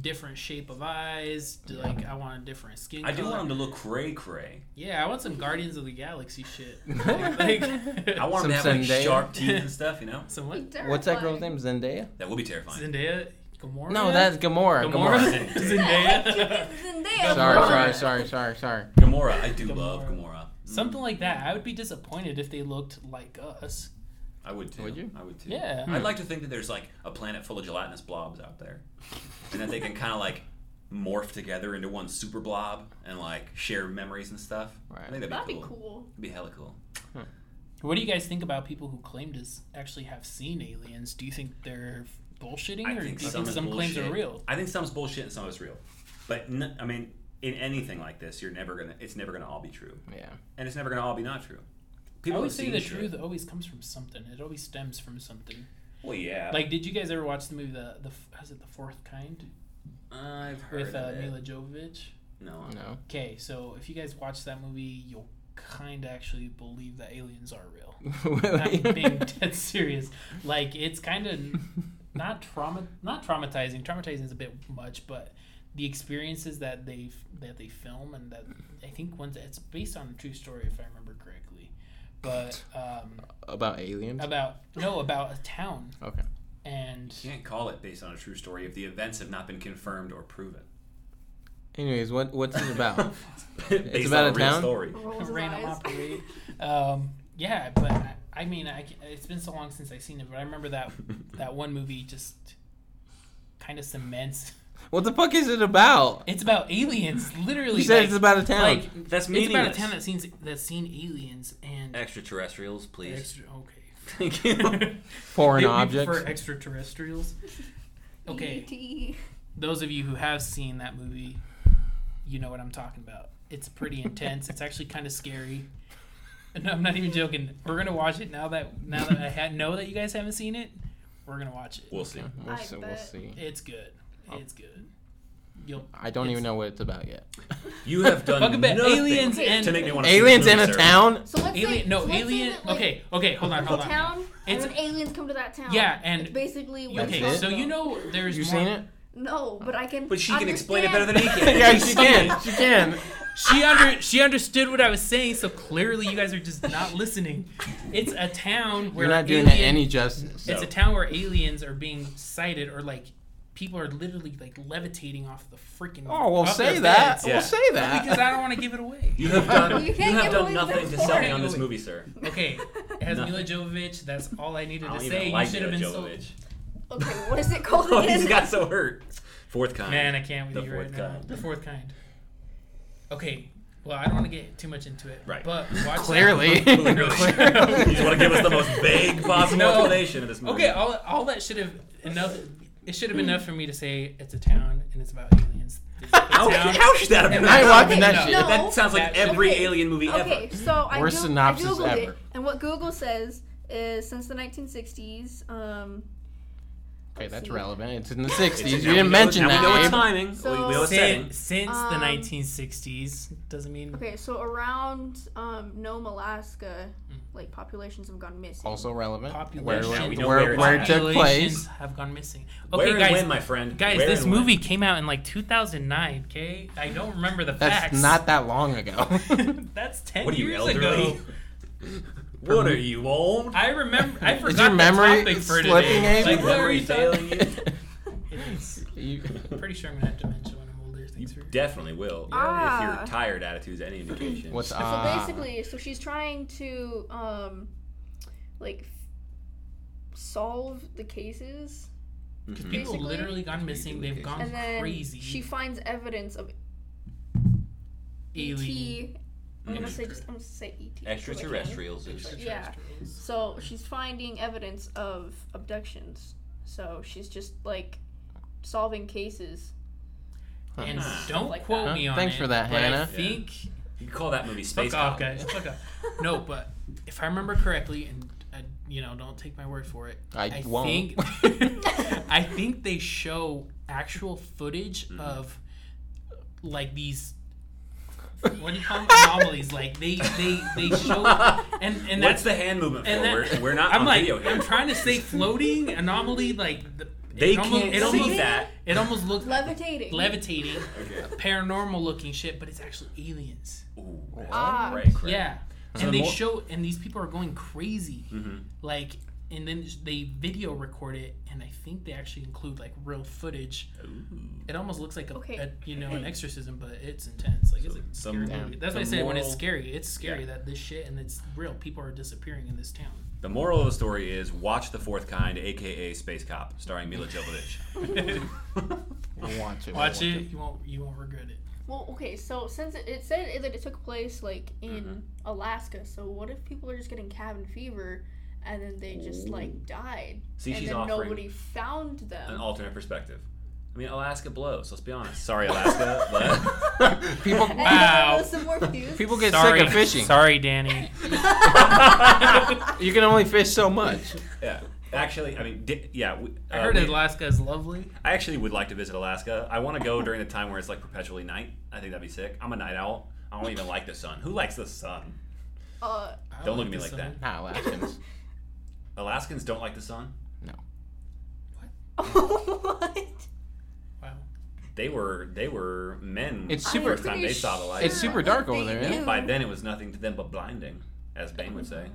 Speaker 3: different shape of eyes. d- Like I want a different skin.
Speaker 1: I do
Speaker 3: color.
Speaker 1: want them to look cray cray.
Speaker 3: Yeah, I want some Guardians of the Galaxy shit. Like, like-
Speaker 1: I want them to have
Speaker 2: Some
Speaker 1: like
Speaker 2: Zendaya.
Speaker 1: sharp teeth and stuff. You know,
Speaker 3: so what?
Speaker 2: What's that girl's name? Zendaya?
Speaker 1: that would be terrifying.
Speaker 3: Zendaya. Gamora.
Speaker 2: No, that's Gamora. Gamora.
Speaker 3: Gamora. Zendaya.
Speaker 4: Zendaya.
Speaker 2: sorry,
Speaker 3: Gamora.
Speaker 2: sorry, sorry, sorry, sorry.
Speaker 1: Gamora, I do
Speaker 3: Gamora.
Speaker 1: love Gamora. Mm,
Speaker 3: Something like that. I would be disappointed if they looked like us.
Speaker 1: I would too.
Speaker 2: Would you?
Speaker 1: I would too.
Speaker 3: Yeah.
Speaker 1: I'd like to think that there's like a planet full of gelatinous blobs out there, and that they can kind of like morph together into one super blob and like share memories and stuff. I
Speaker 2: Right.
Speaker 1: think that'd be
Speaker 4: That'd be
Speaker 1: cool.
Speaker 4: cool.
Speaker 1: It'd be hella cool.
Speaker 3: What do you guys think about people who claim to s- actually have seen aliens? Do you think they're bullshitting,
Speaker 1: I
Speaker 3: or
Speaker 1: think
Speaker 3: do you
Speaker 1: some
Speaker 3: think
Speaker 1: is
Speaker 3: some claims are
Speaker 1: bullshit.
Speaker 3: real?
Speaker 1: I think some's bullshit and some is real, but n- I mean, in anything like this, you're never gonna. It's never gonna all be true,
Speaker 2: Yeah.
Speaker 1: and it's never gonna all be not true.
Speaker 3: I
Speaker 1: People
Speaker 3: always
Speaker 1: have
Speaker 3: say
Speaker 1: seen
Speaker 3: the
Speaker 1: shit.
Speaker 3: truth always comes from something. It always stems from something.
Speaker 1: Well, yeah.
Speaker 3: Like, did you guys ever watch the movie the the F- how's it the fourth kind
Speaker 1: I've heard
Speaker 3: with uh,
Speaker 1: of it.
Speaker 3: Mila Jovovich?
Speaker 1: No.
Speaker 2: No.
Speaker 3: Okay, so if you guys watch that movie, you'll kind of actually believe that aliens are real. I'm being
Speaker 2: Really?
Speaker 3: dead serious. Like it's kind of not trauma, not traumatizing. Traumatizing is a bit much, but the experiences that they that they film and that I think once it's based on a true story, if I remember correctly. But um,
Speaker 2: About aliens?
Speaker 3: about no about a town
Speaker 2: Okay.
Speaker 3: and
Speaker 1: You can't call it based on a true story if the events have not been confirmed or proven.
Speaker 2: Anyways, what what's it about?
Speaker 1: based
Speaker 2: about
Speaker 1: on
Speaker 2: a
Speaker 1: real
Speaker 2: town?
Speaker 1: story.
Speaker 4: Rolls of
Speaker 3: random
Speaker 4: eyes.
Speaker 3: operate. Um, yeah, but I, I mean, I, ca- it's been so long since I've seen it, but I remember that that one movie just kind of cements.
Speaker 2: what the fuck is it about?
Speaker 3: It's about aliens, literally.
Speaker 2: You said
Speaker 3: like-
Speaker 2: it's about a town.
Speaker 3: Like
Speaker 1: That's
Speaker 3: it's about a
Speaker 1: meaningless.
Speaker 3: town that seems that's seen aliens and
Speaker 1: Extraterrestrials, please.
Speaker 3: extra, okay.
Speaker 1: Thank you.
Speaker 2: Foreign
Speaker 3: They- we
Speaker 2: objects.
Speaker 3: prefer extraterrestrials.
Speaker 4: E
Speaker 3: Okay,
Speaker 4: ET.
Speaker 3: those of you who have seen that movie, you know what I'm talking about. It's pretty intense. it's actually kind of scary. No, I'm not even joking. We're gonna watch it now that now that I ha- know that you guys haven't seen it. We're gonna watch it.
Speaker 1: We'll see.
Speaker 2: We'll,
Speaker 4: I
Speaker 2: see, we'll
Speaker 4: bet.
Speaker 2: see.
Speaker 3: It's good. It's good. You'll
Speaker 2: I don't even
Speaker 3: It's-
Speaker 2: know what it's about yet.
Speaker 1: You have done
Speaker 3: Fuck a bit.
Speaker 1: nothing
Speaker 3: Aliens
Speaker 4: Okay.
Speaker 3: and
Speaker 1: to make me want to
Speaker 2: Aliens in a town?
Speaker 4: So let's say
Speaker 3: alien. No
Speaker 4: so let's say
Speaker 3: alien.
Speaker 4: that, like,
Speaker 3: okay. Okay. Hold on.
Speaker 4: It's a
Speaker 3: Hold on.
Speaker 4: town, and
Speaker 3: It's-
Speaker 4: then aliens come to that town.
Speaker 3: Yeah, and-
Speaker 4: It's basically what
Speaker 2: That's
Speaker 4: it's
Speaker 3: Okay,
Speaker 4: called,
Speaker 2: it?
Speaker 3: so
Speaker 4: though.
Speaker 3: you know there's
Speaker 2: You
Speaker 3: more-
Speaker 2: seen it?
Speaker 4: No, but I can.
Speaker 1: But she can explain it better than
Speaker 4: understand.
Speaker 1: he can.
Speaker 2: She can.
Speaker 3: She under she understood what I was saying, so clearly you guys are just not listening. It's a town where
Speaker 2: You're not doing it
Speaker 3: alien-
Speaker 2: any justice.
Speaker 3: It's a town where aliens are being sighted, or like people are literally like levitating off the freaking.
Speaker 2: Oh, well,
Speaker 3: off
Speaker 2: say
Speaker 3: their
Speaker 2: that.
Speaker 3: beds.
Speaker 1: Yeah.
Speaker 2: We'll say that.
Speaker 3: because I don't want to give it away.
Speaker 1: You have done. You,
Speaker 4: You can't
Speaker 1: have
Speaker 4: get
Speaker 1: done
Speaker 4: away
Speaker 1: nothing
Speaker 4: with
Speaker 1: to
Speaker 4: that.
Speaker 1: sell me on this movie, sir.
Speaker 3: Okay, it has
Speaker 1: Nothing.
Speaker 3: Mila Jovovich. That's all I needed
Speaker 1: I
Speaker 3: to
Speaker 1: don't
Speaker 3: say.
Speaker 1: even like
Speaker 3: you should have
Speaker 1: Mila
Speaker 3: been so.
Speaker 1: Jovovich.
Speaker 4: Okay, what is it called
Speaker 1: Oh,
Speaker 4: again?
Speaker 1: he's got so hurt. Fourth kind.
Speaker 3: Man, I can't with
Speaker 1: The
Speaker 3: you right
Speaker 1: fourth
Speaker 3: now.
Speaker 1: kind.
Speaker 3: The fourth kind. Okay, well, I don't want to get too much into it.
Speaker 1: Right.
Speaker 3: But watch that
Speaker 2: Clearly.
Speaker 1: Really? you just want to give us the most vague possible
Speaker 3: No.
Speaker 1: explanation of this movie.
Speaker 3: Okay, all, all that should have enough. It should have been enough for me to say it's a town and it's about aliens. It's a
Speaker 1: How,
Speaker 3: town.
Speaker 1: how should that have been?
Speaker 3: And I ain't
Speaker 2: watching that
Speaker 1: No.
Speaker 2: shit.
Speaker 1: That sounds like
Speaker 3: That-
Speaker 1: every
Speaker 4: Okay.
Speaker 1: alien movie
Speaker 4: Okay,
Speaker 1: ever.
Speaker 4: so I,
Speaker 2: Worst
Speaker 4: Goo-
Speaker 2: synopsis
Speaker 4: I googled
Speaker 2: ever.
Speaker 4: it, and what Google says is since the 1960s, um,
Speaker 2: Okay, that's
Speaker 4: see.
Speaker 2: relevant. It's in the
Speaker 1: It's-
Speaker 2: 60s.
Speaker 1: now
Speaker 2: You
Speaker 1: we know-
Speaker 2: didn't mention
Speaker 1: now
Speaker 2: that,
Speaker 1: We know
Speaker 2: Abe.
Speaker 1: it's timing.
Speaker 4: So-
Speaker 1: we know it's setting.
Speaker 3: Sin- since the
Speaker 4: Um,
Speaker 3: 1960s doesn't mean
Speaker 4: okay, so around um, Nome, Alaska,
Speaker 1: Mm.
Speaker 4: like populations have gone missing.
Speaker 2: Also relevant.
Speaker 3: population.
Speaker 2: Where,
Speaker 1: Now
Speaker 2: where,
Speaker 1: we know where
Speaker 2: where,
Speaker 1: it's
Speaker 2: where it
Speaker 1: at.
Speaker 2: took
Speaker 3: populations
Speaker 2: place.
Speaker 3: have gone missing.
Speaker 1: Where
Speaker 3: Okay,
Speaker 1: and
Speaker 3: guys,
Speaker 1: when, my friend?
Speaker 3: guys,
Speaker 1: Where
Speaker 3: this
Speaker 1: and when?
Speaker 3: movie came out in like 2009. Okay, I don't remember the
Speaker 2: That's
Speaker 3: facts.
Speaker 2: not that long ago.
Speaker 3: That's ten
Speaker 1: What are you
Speaker 3: years
Speaker 1: elderly?
Speaker 3: ago.
Speaker 1: what are you old?
Speaker 3: I remember. I forgot
Speaker 2: Is your memory
Speaker 3: the topic for
Speaker 2: slipping,
Speaker 3: today.
Speaker 2: Abe?
Speaker 3: Like, what were
Speaker 1: Memory
Speaker 3: you talking?
Speaker 1: failing you?
Speaker 3: It's-
Speaker 2: You-
Speaker 3: I'm pretty sure I'm gonna have dementia when I'm older.
Speaker 1: You
Speaker 3: Thanks for.
Speaker 1: definitely will.
Speaker 4: Ah.
Speaker 1: If your tired attitude is any indication.
Speaker 2: what's
Speaker 4: So
Speaker 2: uh,
Speaker 3: Um,
Speaker 4: basically, so she's trying to um, like f- solve the cases,
Speaker 3: Because
Speaker 1: Mhm.
Speaker 3: people
Speaker 4: Basically-
Speaker 3: literally gone missing. They've gone
Speaker 4: and then
Speaker 3: crazy.
Speaker 4: she finds evidence of
Speaker 3: Alien.
Speaker 4: ET. I'm gonna say
Speaker 3: Extra-
Speaker 4: just I'm gonna say E ET.
Speaker 1: Mm-hmm. Extraterrestrials is
Speaker 4: Yeah. So she's finding evidence of abductions. So she's just like solving cases.
Speaker 3: And
Speaker 1: Huh.
Speaker 3: don't
Speaker 4: Like
Speaker 3: quote
Speaker 2: that.
Speaker 3: me
Speaker 2: Huh?
Speaker 3: on
Speaker 2: Thanks
Speaker 3: it,
Speaker 2: for that,
Speaker 3: but I
Speaker 2: Hannah.
Speaker 3: think
Speaker 1: You call that movie space?
Speaker 3: fuck off,
Speaker 1: Cowboy.
Speaker 3: guys. Fuck off. No, but if I remember correctly, and I, you know, don't take my word for it.
Speaker 2: I won't.
Speaker 3: Think, I think they show actual footage of like these. What do you call them? anomalies? Like they they they show and and
Speaker 1: What's
Speaker 3: that's
Speaker 1: the hand movement for?
Speaker 3: and
Speaker 1: we're,
Speaker 3: that-
Speaker 1: we're not
Speaker 3: I'm
Speaker 1: on
Speaker 3: like
Speaker 1: video here.
Speaker 3: I'm trying to say floating anomaly like the,
Speaker 1: they
Speaker 3: it
Speaker 1: can't
Speaker 3: almost, it
Speaker 1: see
Speaker 3: almost,
Speaker 1: that.
Speaker 3: It almost looks
Speaker 4: Levitating.
Speaker 3: levitating,
Speaker 1: Okay.
Speaker 3: paranormal looking shit, but it's actually aliens.
Speaker 1: Ooh, that's
Speaker 4: Ah.
Speaker 1: great, great.
Speaker 3: Yeah.
Speaker 1: So
Speaker 3: and they
Speaker 1: more-
Speaker 3: show, and these people are going crazy.
Speaker 1: Mm-hmm.
Speaker 3: Like, and then they video record it, and I think they actually include like real footage. It almost looks like a,
Speaker 4: Okay.
Speaker 3: a you know an exorcism, but it's intense. Like it's a
Speaker 1: So
Speaker 3: scary
Speaker 1: the-
Speaker 3: movie. That's why I
Speaker 1: the
Speaker 3: say when it's
Speaker 1: moral-
Speaker 3: scary, it's scary
Speaker 1: Yeah.
Speaker 3: that this shit and it's real. People are disappearing in this town.
Speaker 1: The moral of the story is watch The Fourth Kind, aka Space Cop, starring Mila Jovovich.
Speaker 2: We'll watch it.
Speaker 3: Watch it, you won't you won't regret it.
Speaker 4: Well, okay, so since it, it said that it took place like in
Speaker 1: Mm-hmm.
Speaker 4: Alaska, so what if people are just getting cabin fever and then they just like died
Speaker 1: See,
Speaker 4: and
Speaker 1: she's
Speaker 4: then
Speaker 1: offering
Speaker 4: nobody found
Speaker 1: an
Speaker 4: them?
Speaker 1: alternate perspective. I mean, Alaska blows. Let's be honest. Sorry, Alaska, but
Speaker 2: People,
Speaker 4: And
Speaker 3: Wow.
Speaker 4: then some more views.
Speaker 2: people get
Speaker 3: Sorry.
Speaker 2: sick of fishing.
Speaker 3: Sorry, Danny.
Speaker 2: You can only fish so much.
Speaker 1: yeah. Actually, I mean, di- yeah. We,
Speaker 3: I
Speaker 1: uh,
Speaker 3: heard
Speaker 1: we-
Speaker 3: Alaska is lovely.
Speaker 1: I actually would like to visit Alaska. I want to go during the time where it's like perpetually night. I think that'd be sick. I'm a night owl. I don't even like the sun. Who likes the sun?
Speaker 4: uh,
Speaker 3: I
Speaker 1: Don't look at me
Speaker 3: the
Speaker 1: like
Speaker 3: sun.
Speaker 1: that.
Speaker 2: Not Alaskans.
Speaker 1: Alaskans don't like the sun.
Speaker 2: No.
Speaker 4: what?
Speaker 3: Wow.
Speaker 1: They were they were men.
Speaker 2: It's
Speaker 1: the
Speaker 2: super-
Speaker 1: first time they saw the light.
Speaker 2: It's super dark over there, yeah?
Speaker 1: By then, it was nothing to them but blinding, as Bane would say.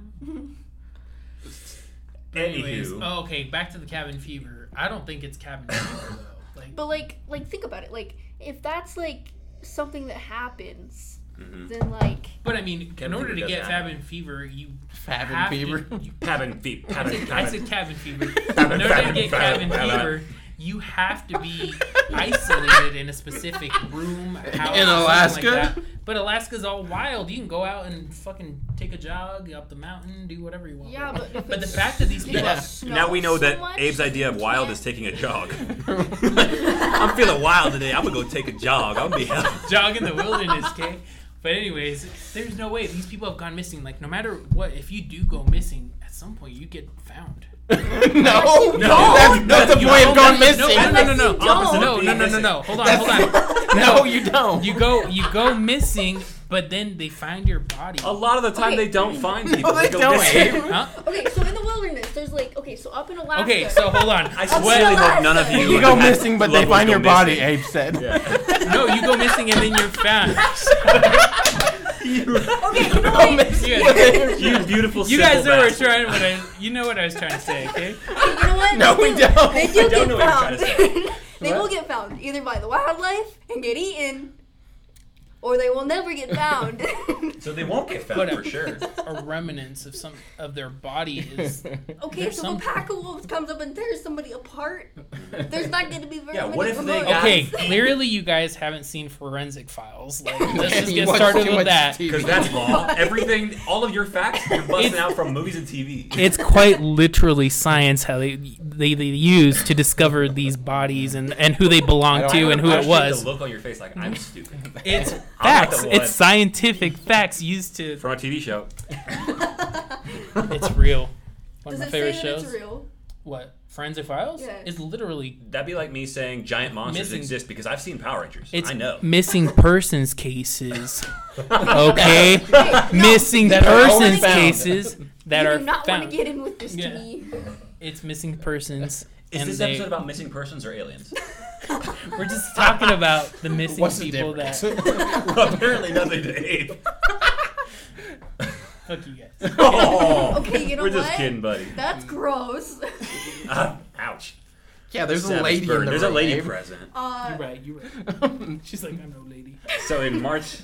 Speaker 3: Anyways,
Speaker 1: Anywho,
Speaker 3: oh, okay, back to the cabin fever. I don't think it's cabin fever though. Like,
Speaker 4: But like, like think about it. Like, if that's like something that happens,
Speaker 1: Mhm.
Speaker 4: then like,
Speaker 3: but I mean, in
Speaker 1: Cabin
Speaker 3: order
Speaker 1: fever
Speaker 3: to
Speaker 1: doesn't
Speaker 3: get
Speaker 1: happen.
Speaker 3: cabin fever, you
Speaker 2: Cabin
Speaker 3: have to-
Speaker 2: fever.
Speaker 3: you-
Speaker 1: cabin feet,
Speaker 3: I
Speaker 1: cabin,
Speaker 3: said- I
Speaker 1: cabin.
Speaker 3: said cabin fever.
Speaker 1: Cabin,
Speaker 3: In order to
Speaker 1: cabin,
Speaker 3: get
Speaker 1: cabin,
Speaker 3: cabin
Speaker 1: cabin.
Speaker 3: fever, you have to be isolated in a specific room house, something
Speaker 2: Alaska?
Speaker 3: Like that. But Alaska's all wild. You can go out and fucking take a jog up the mountain, do whatever you want.
Speaker 4: yeah, but if
Speaker 3: But the
Speaker 4: it's-
Speaker 3: fact that these
Speaker 4: if
Speaker 3: people
Speaker 4: it
Speaker 2: Yeah.
Speaker 4: snows
Speaker 1: Now we know
Speaker 4: so
Speaker 1: that
Speaker 4: much,
Speaker 1: Abe's idea of
Speaker 4: you
Speaker 1: wild
Speaker 4: can't-
Speaker 1: is taking a jog. I'm feeling wild today. I'm gonna go take a jog. I'm gonna be healthy.
Speaker 3: jog in the wilderness, okay? But anyways, there's no way these people have gone missing. Like no matter what, if you do go missing, at some point you get found.
Speaker 2: no.
Speaker 1: No,
Speaker 2: That's, that's the
Speaker 1: you
Speaker 2: point
Speaker 1: don't.
Speaker 2: of gone
Speaker 3: No,
Speaker 2: missing.
Speaker 3: no, no, no, no,
Speaker 4: Unless you don't.
Speaker 3: no, no, no, no, no. Hold on, hold on.
Speaker 2: No, you don't.
Speaker 3: You go, you go missing, but then they find your body.
Speaker 1: A lot of the time,
Speaker 4: Okay.
Speaker 1: they don't find people.
Speaker 2: they
Speaker 1: go
Speaker 2: don't.
Speaker 1: missing.
Speaker 3: Huh?
Speaker 4: Okay, so in the wilderness, there's like, okay, so up in Alaska.
Speaker 3: Okay, so hold on.
Speaker 1: I
Speaker 3: What-
Speaker 1: sincerely hope none of you.
Speaker 2: You go missing, but they
Speaker 1: loved ones
Speaker 2: find
Speaker 1: go
Speaker 2: your body.
Speaker 1: missing.
Speaker 2: Abe said.
Speaker 3: No, you go missing and then you're found.
Speaker 4: Okay, you know
Speaker 2: Go
Speaker 4: what?
Speaker 2: missing.
Speaker 1: You beautiful.
Speaker 3: You guys
Speaker 1: simple
Speaker 3: know what I'm
Speaker 1: bastard.
Speaker 3: trying. What I, you know what I was trying to say, okay?
Speaker 4: Okay, you know what?
Speaker 2: No,
Speaker 4: They
Speaker 2: we
Speaker 4: do-
Speaker 2: don't.
Speaker 4: They do
Speaker 1: I don't know what
Speaker 4: get
Speaker 1: I'm
Speaker 4: found.
Speaker 1: trying
Speaker 4: they will get found either by the wildlife and get eaten, or they will never get found.
Speaker 1: So they won't get found
Speaker 3: Whatever.
Speaker 1: for sure.
Speaker 3: A remnants of some of their body is.
Speaker 4: okay,
Speaker 3: There's
Speaker 4: so
Speaker 3: some-
Speaker 4: a pack of wolves comes up and tears somebody apart. There's not going to be very
Speaker 1: Yeah,
Speaker 4: many
Speaker 1: what if they
Speaker 4: remote-
Speaker 1: got-
Speaker 3: Okay, clearly you guys haven't seen Forensic Files. Like, let's just
Speaker 2: You
Speaker 3: get
Speaker 2: watch
Speaker 3: started
Speaker 2: too
Speaker 3: with
Speaker 2: much
Speaker 3: that.
Speaker 2: TV.
Speaker 1: Because that's law. Everything, all of your facts, you're busting
Speaker 3: It's-
Speaker 1: out from movies and TV.
Speaker 3: It's quite literally science how they they, they used to discover these bodies and, and who they belonged to and who
Speaker 1: I
Speaker 3: it
Speaker 1: appreciate
Speaker 3: was.
Speaker 1: The look on your face, like I'm stupid.
Speaker 3: It's
Speaker 1: not
Speaker 3: facts.
Speaker 1: the one.
Speaker 3: It's scientific facts used to.
Speaker 1: From a TV show.
Speaker 3: It's real. One
Speaker 4: Does
Speaker 3: of my
Speaker 4: it
Speaker 3: favorite
Speaker 4: say that
Speaker 3: shows.
Speaker 4: it's real?
Speaker 3: What Forensic Files?
Speaker 4: Yeah.
Speaker 3: It's literally
Speaker 1: That'd be like me saying giant monsters
Speaker 3: Missing-
Speaker 1: exist because I've seen Power Rangers.
Speaker 3: it's
Speaker 1: I know.
Speaker 3: missing persons cases. Okay, missing
Speaker 2: That are only
Speaker 3: persons
Speaker 2: found.
Speaker 3: cases that
Speaker 4: you
Speaker 3: are
Speaker 4: do not
Speaker 3: found.
Speaker 4: want to get in with this
Speaker 3: Yeah.
Speaker 4: to me.
Speaker 3: it's missing persons.
Speaker 1: Is
Speaker 3: and
Speaker 1: this
Speaker 3: they-
Speaker 1: episode about missing persons or aliens?
Speaker 3: We're just talking about the missing
Speaker 2: What's the
Speaker 3: people that.
Speaker 2: difference?
Speaker 1: well, apparently nothing to Abe.
Speaker 3: Fuck you guys.
Speaker 1: Oh,
Speaker 4: Okay, you know
Speaker 1: We're just
Speaker 4: what?
Speaker 1: kidding, buddy.
Speaker 4: That's gross.
Speaker 1: Ah, ouch.
Speaker 2: yeah, there's a
Speaker 1: Savage
Speaker 2: lady
Speaker 1: bird.
Speaker 2: in the
Speaker 1: There's
Speaker 2: room,
Speaker 1: a lady
Speaker 2: babe.
Speaker 1: present.
Speaker 4: Uh,
Speaker 3: You're right. You're right. She's like, I'm no lady.
Speaker 1: So in March,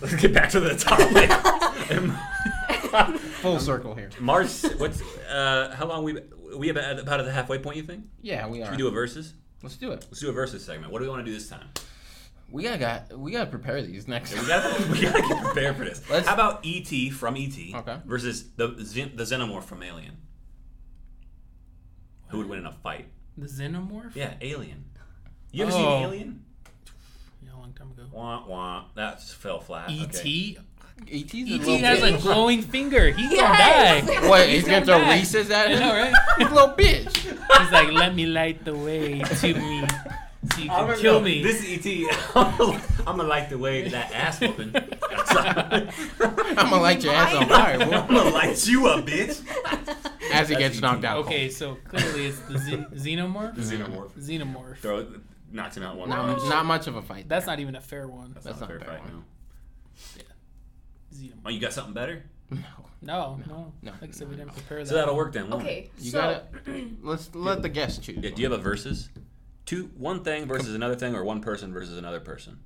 Speaker 1: let's get back to the topic. In
Speaker 2: Full circle here.
Speaker 1: March, what's uh, how long we we have at about at the halfway point? You think?
Speaker 2: Yeah, we
Speaker 1: Should
Speaker 2: are.
Speaker 1: we do a verses?
Speaker 2: Let's do it.
Speaker 1: Let's do a verses segment. What do we want to do this time?
Speaker 2: We gotta got we gotta prepare these next.
Speaker 1: We gotta, we gotta get prepared for this.
Speaker 2: Let's-
Speaker 1: How about ET from ET
Speaker 2: Okay.
Speaker 1: versus the Zen- the xenomorph from Alien? Who would win in a fight?
Speaker 3: The xenomorph?
Speaker 1: Yeah, Alien. You ever
Speaker 2: Oh.
Speaker 1: seen Alien?
Speaker 3: Yeah, a long time ago.
Speaker 1: Wah wah. That fell flat.
Speaker 3: E
Speaker 1: Okay.
Speaker 3: E.T.
Speaker 2: ET's E a
Speaker 3: E.T.
Speaker 2: little
Speaker 3: E has a
Speaker 2: bitch.
Speaker 3: glowing finger. He's
Speaker 4: yes.
Speaker 3: gonna die.
Speaker 2: What? He's
Speaker 3: gonna
Speaker 2: gonna throw
Speaker 3: die.
Speaker 2: Reese's at
Speaker 3: I
Speaker 2: him.
Speaker 3: know, right?
Speaker 2: He's a little bitch.
Speaker 3: He's like, let me light the way to me, so you
Speaker 1: I'm
Speaker 3: can
Speaker 1: gonna
Speaker 3: kill
Speaker 1: go,
Speaker 3: me.
Speaker 1: This is ET. I'm gonna like the way that ass whooping.
Speaker 2: I'm gonna light your ass on fire,
Speaker 1: I'm
Speaker 2: boy.
Speaker 1: gonna light you up, bitch.
Speaker 2: As he
Speaker 1: That's
Speaker 2: gets
Speaker 1: ET.
Speaker 2: knocked out.
Speaker 3: okay, so clearly it's the zen- xenomorph.
Speaker 1: Xenomorph.
Speaker 3: Xenomorph.
Speaker 1: Throw, knocks him out one
Speaker 2: Not,
Speaker 1: punch.
Speaker 2: not much of a fight.
Speaker 3: That's not even a fair one.
Speaker 1: That's,
Speaker 2: that's
Speaker 1: not,
Speaker 2: not
Speaker 1: a fair
Speaker 2: fair
Speaker 1: fight.
Speaker 2: one.
Speaker 1: No.
Speaker 3: Xenomorph.
Speaker 1: Oh, you got something better?
Speaker 2: No.
Speaker 3: No, no,
Speaker 2: no,
Speaker 3: Like I said,
Speaker 2: no,
Speaker 3: we didn't prepare that.
Speaker 1: So that'll work then. won't it?
Speaker 4: okay,
Speaker 2: You
Speaker 4: so
Speaker 2: gotta let's let the guests choose.
Speaker 1: Yeah, do you have a versus? Two, one thing versus another thing, or one person versus another person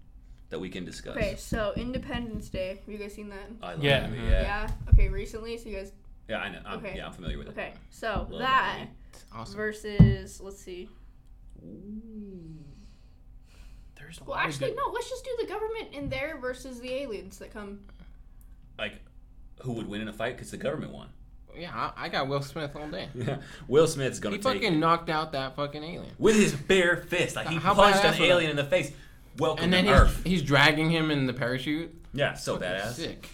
Speaker 1: that we can discuss.
Speaker 4: okay, so Independence Day. Have you guys seen that?
Speaker 1: I love
Speaker 3: Yeah.
Speaker 1: that movie,
Speaker 3: Mhm.
Speaker 1: yeah. yeah,
Speaker 4: Yeah. Okay, recently. So you guys.
Speaker 1: I know. I'm,
Speaker 4: Okay.
Speaker 1: Yeah, I'm familiar with it.
Speaker 4: Okay, so
Speaker 1: Love that
Speaker 4: that
Speaker 2: Awesome.
Speaker 4: versus let's see.
Speaker 3: There's a
Speaker 4: Well,
Speaker 3: lot of
Speaker 4: actually,
Speaker 3: good-
Speaker 4: no. Let's just do the government in there versus the aliens that come.
Speaker 1: Like, who would win in a fight? Because the government won.
Speaker 2: Yeah, I, I got Will Smith all day.
Speaker 1: Will Smith's gonna
Speaker 2: He
Speaker 1: take
Speaker 2: fucking knocked out that fucking alien.
Speaker 1: with his bare fist. Like he
Speaker 2: How
Speaker 1: punched
Speaker 2: badass
Speaker 1: an
Speaker 2: was
Speaker 1: alien in the face. Welcome
Speaker 2: And then
Speaker 1: to
Speaker 2: he's,
Speaker 1: Earth.
Speaker 2: he's dragging him in the parachute.
Speaker 1: Yeah, so badass.
Speaker 2: Sick.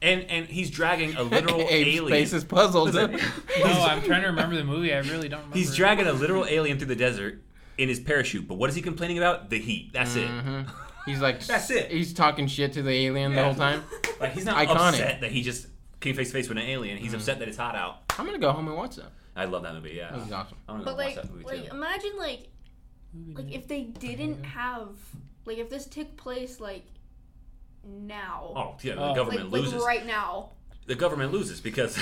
Speaker 1: And and he's dragging a literal
Speaker 2: Abe's
Speaker 1: alien.
Speaker 2: face is puzzled.
Speaker 1: Listen,
Speaker 3: No, I'm trying to remember the movie. I really don't remember.
Speaker 1: He's
Speaker 3: it.
Speaker 1: dragging a literal alien through the desert in his parachute. But what is he complaining about? The heat. That's
Speaker 2: Mhm. He's like,
Speaker 1: That's it.
Speaker 2: He's talking shit to the alien the
Speaker 1: Yeah.
Speaker 2: whole time.
Speaker 1: it. Like he's not
Speaker 2: Iconic. Mm-hmm.
Speaker 1: upset that he just came face to face with an alien. He's upset that it's hot out.
Speaker 2: I'm gonna go home and watch that.
Speaker 1: I love that movie. Yeah,
Speaker 2: That was awesome.
Speaker 1: I'm gonna
Speaker 4: But
Speaker 1: watch
Speaker 4: like,
Speaker 1: that movie
Speaker 4: like um,
Speaker 1: too.
Speaker 4: imagine like like if they didn't
Speaker 2: Yeah.
Speaker 4: have like if this took place like now.
Speaker 1: Oh yeah, the
Speaker 3: Oh.
Speaker 1: government
Speaker 4: Like,
Speaker 1: loses.
Speaker 4: like right now.
Speaker 1: The government loses because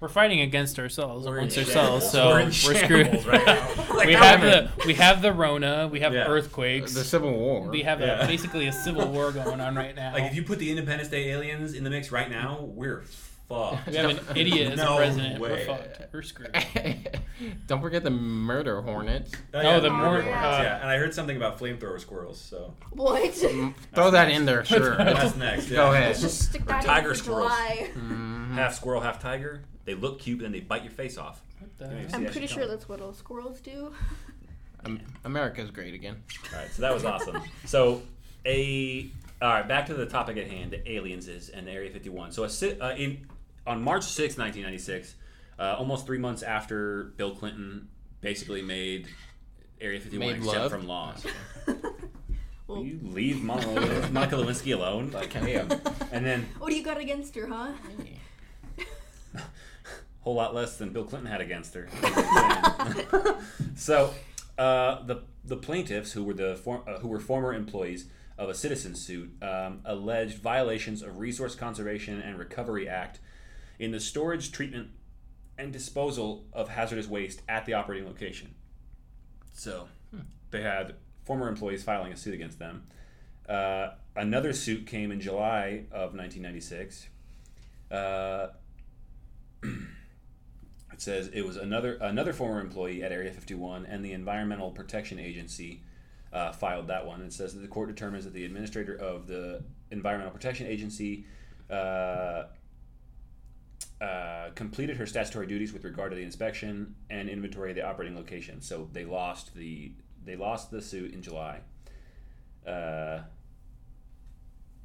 Speaker 3: We're fighting against ourselves,
Speaker 1: We're in
Speaker 3: amongst
Speaker 1: shambles.
Speaker 3: ourselves, so
Speaker 1: We're
Speaker 3: we're,
Speaker 1: in
Speaker 3: screwed.
Speaker 1: shambles right now. Like,
Speaker 3: we
Speaker 1: how
Speaker 3: have
Speaker 1: are
Speaker 3: the we have the Rona, we have
Speaker 1: Yeah.
Speaker 2: The
Speaker 3: earthquakes,
Speaker 2: Civil War.
Speaker 3: we have
Speaker 1: Yeah.
Speaker 3: a, basically a civil war going on right now.
Speaker 1: Like if you put the Independence Day aliens in the mix right now, we're fucked.
Speaker 3: we have an idiot as
Speaker 1: No
Speaker 3: a president.
Speaker 1: way.
Speaker 3: We're fucked. We're screwed.
Speaker 2: Don't forget the murder hornets.
Speaker 1: Oh,
Speaker 3: No, the
Speaker 1: murder
Speaker 4: more-
Speaker 1: hornets,
Speaker 3: uh,
Speaker 1: yeah, and I heard something about flamethrower squirrels. So
Speaker 4: What?
Speaker 2: Mm, Throw that in there, sure.
Speaker 1: that's next. Yeah.
Speaker 2: Go ahead.
Speaker 4: Let's just stick that
Speaker 1: tiger
Speaker 4: in for
Speaker 1: squirrels.
Speaker 4: July.
Speaker 2: Mhm.
Speaker 1: Half squirrel, half tiger. They look cute, but then they bite your face off.
Speaker 3: What the-
Speaker 1: Yeah, you see
Speaker 4: I'm
Speaker 1: that
Speaker 4: pretty
Speaker 1: shit
Speaker 4: sure
Speaker 1: coming.
Speaker 4: that's what all squirrels do.
Speaker 2: Am- America's great again.
Speaker 1: All right, so that was awesome. So a all right, back to the topic at hand: the aliens is and Area 51. So a, si- uh, in on March 6, 1996, uh, almost three months after Bill Clinton basically made Area 51
Speaker 2: Made
Speaker 1: exempt
Speaker 2: love?
Speaker 1: from laws.
Speaker 4: Well-
Speaker 1: Will you leave Monica, Monica Lewinsky alone? Like, damn. And then
Speaker 4: What do you got against her, huh?
Speaker 1: whole lot less than Bill Clinton had against her. so, uh, the the plaintiffs who were the for, uh, who were former employees of a citizen suit um, alleged violations of Resource Conservation and Recovery Act in the storage, treatment, and disposal of hazardous waste at the operating location. So, they had former employees filing a suit against them. Uh, another suit came in July of 1996. Uh, it says it was another another former employee at Area 51 and the Environmental Protection Agency uh, filed that one. It says that the court determines that the administrator of the Environmental Protection Agency uh, uh, completed her statutory duties with regard to the inspection and inventory of the operating location. So they lost the they lost the suit in July. Uh,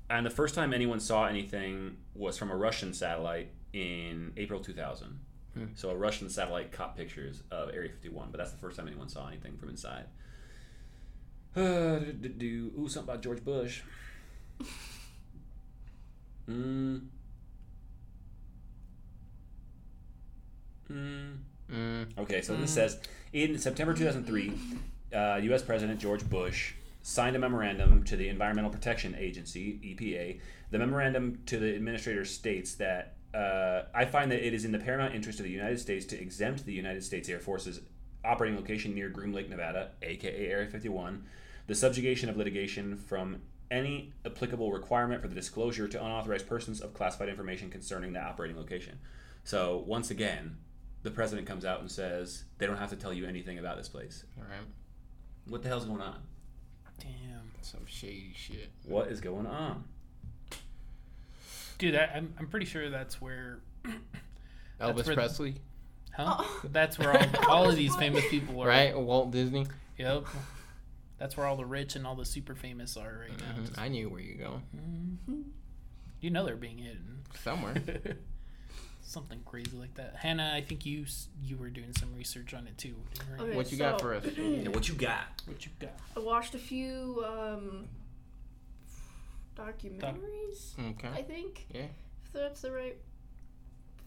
Speaker 1: and the first time anyone saw anything was from a Russian satellite in April 2000.
Speaker 2: Hmm.
Speaker 1: So a Russian satellite caught pictures of Area 51, but that's the first time anyone saw anything from inside. Uh, do, do, do, ooh, something about George Bush. Mm. Mm.
Speaker 2: Mm.
Speaker 1: Okay, so this says in September 2003, uh, U.S. President George Bush signed a memorandum to the Environmental Protection Agency (EPA). The memorandum to the administrator states that uh, I find that it is in the paramount interest of the United States to exempt the United States Air Force's operating location near Groom Lake, Nevada, aka Area 51, the subjugation of litigation from any applicable requirement for the disclosure to unauthorized persons of classified information concerning the operating location. So once again, the president comes out and says they don't have to tell you anything about this place.
Speaker 2: All right.
Speaker 1: What the hell's going on?
Speaker 3: Damn,
Speaker 2: Some shady shit.
Speaker 1: What is going on?
Speaker 3: dude, I, I'm I'm pretty sure that's where, That's
Speaker 2: Elvis
Speaker 3: where-
Speaker 2: Presley,
Speaker 3: huh?
Speaker 4: Oh.
Speaker 3: That's where all, all of these famous people are.
Speaker 2: right? Walt Disney.
Speaker 3: Yep. That's where all the rich and all the super famous are right now. Mm-hmm.
Speaker 2: Mhm, I knew where you go.
Speaker 3: You know they're being hidden.
Speaker 2: Somewhere.
Speaker 3: Something crazy like that. Hannah, I think you s- you were doing some research on it too. right?
Speaker 4: Okay,
Speaker 2: What you got
Speaker 4: so
Speaker 2: for us?
Speaker 1: Yeah, what you got?
Speaker 3: What you got?
Speaker 4: I watched a few um, documentaries. I
Speaker 2: Okay.
Speaker 4: think.
Speaker 2: Yeah.
Speaker 4: If that's the right.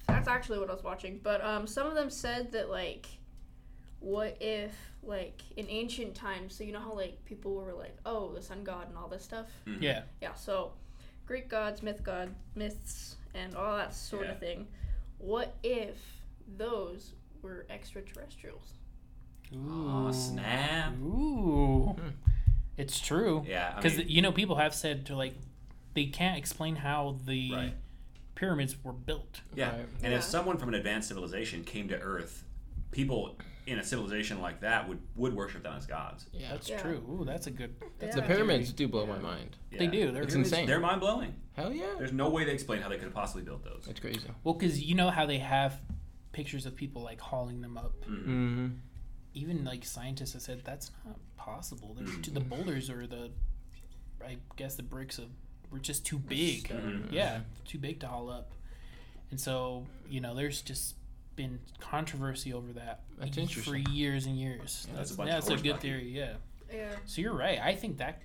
Speaker 4: That's actually what I was watching. But um, some of them said that like, what if like in ancient times? So you know how like people were like, oh, the sun god and all this stuff.
Speaker 1: Mm-hmm.
Speaker 3: Yeah.
Speaker 4: Yeah. So, Greek gods, myth god, myths, and all that sort
Speaker 1: Yeah.
Speaker 4: of thing. What if those were extraterrestrials?
Speaker 1: Oh snap!
Speaker 3: Ooh.
Speaker 2: Hmm.
Speaker 3: It's true.
Speaker 1: Yeah, I
Speaker 3: Because
Speaker 1: mean,
Speaker 3: you know people have said to like, they can't explain how the
Speaker 1: Right.
Speaker 3: pyramids were built.
Speaker 1: yeah.
Speaker 2: Right.
Speaker 1: And
Speaker 4: Yeah.
Speaker 1: if someone from an advanced civilization came to Earth, people in a civilization like that would would worship them as gods.
Speaker 2: Yeah.
Speaker 3: That's
Speaker 4: Yeah.
Speaker 3: true. Ooh, that's a good. That's
Speaker 2: The
Speaker 4: Yeah.
Speaker 3: a good theory.
Speaker 2: pyramids do blow my mind.
Speaker 1: Yeah.
Speaker 3: They do. They're
Speaker 2: It's
Speaker 3: really-
Speaker 2: insane.
Speaker 1: They're mind blowing.
Speaker 2: Hell yeah.
Speaker 1: There's no way they explain how they could have possibly built those.
Speaker 2: That's crazy.
Speaker 3: Well, because you know how they have pictures of people like hauling them up.
Speaker 2: Mm-hmm.
Speaker 3: Even like scientists have said that's not possible. There's
Speaker 1: Mhm.
Speaker 3: too- the boulders or the, I guess the bricks of were just too big.
Speaker 1: Mm-hmm.
Speaker 3: Yeah, too big to haul up. And so you know, there's just been controversy over that
Speaker 2: That's
Speaker 3: y- for
Speaker 2: interesting.
Speaker 3: years and years.
Speaker 1: that's
Speaker 3: that's
Speaker 1: a
Speaker 3: that's
Speaker 1: bunch
Speaker 3: a,
Speaker 1: of horse
Speaker 3: good
Speaker 1: hockey.
Speaker 3: theory. Yeah.
Speaker 4: Yeah.
Speaker 3: So you're right. I think that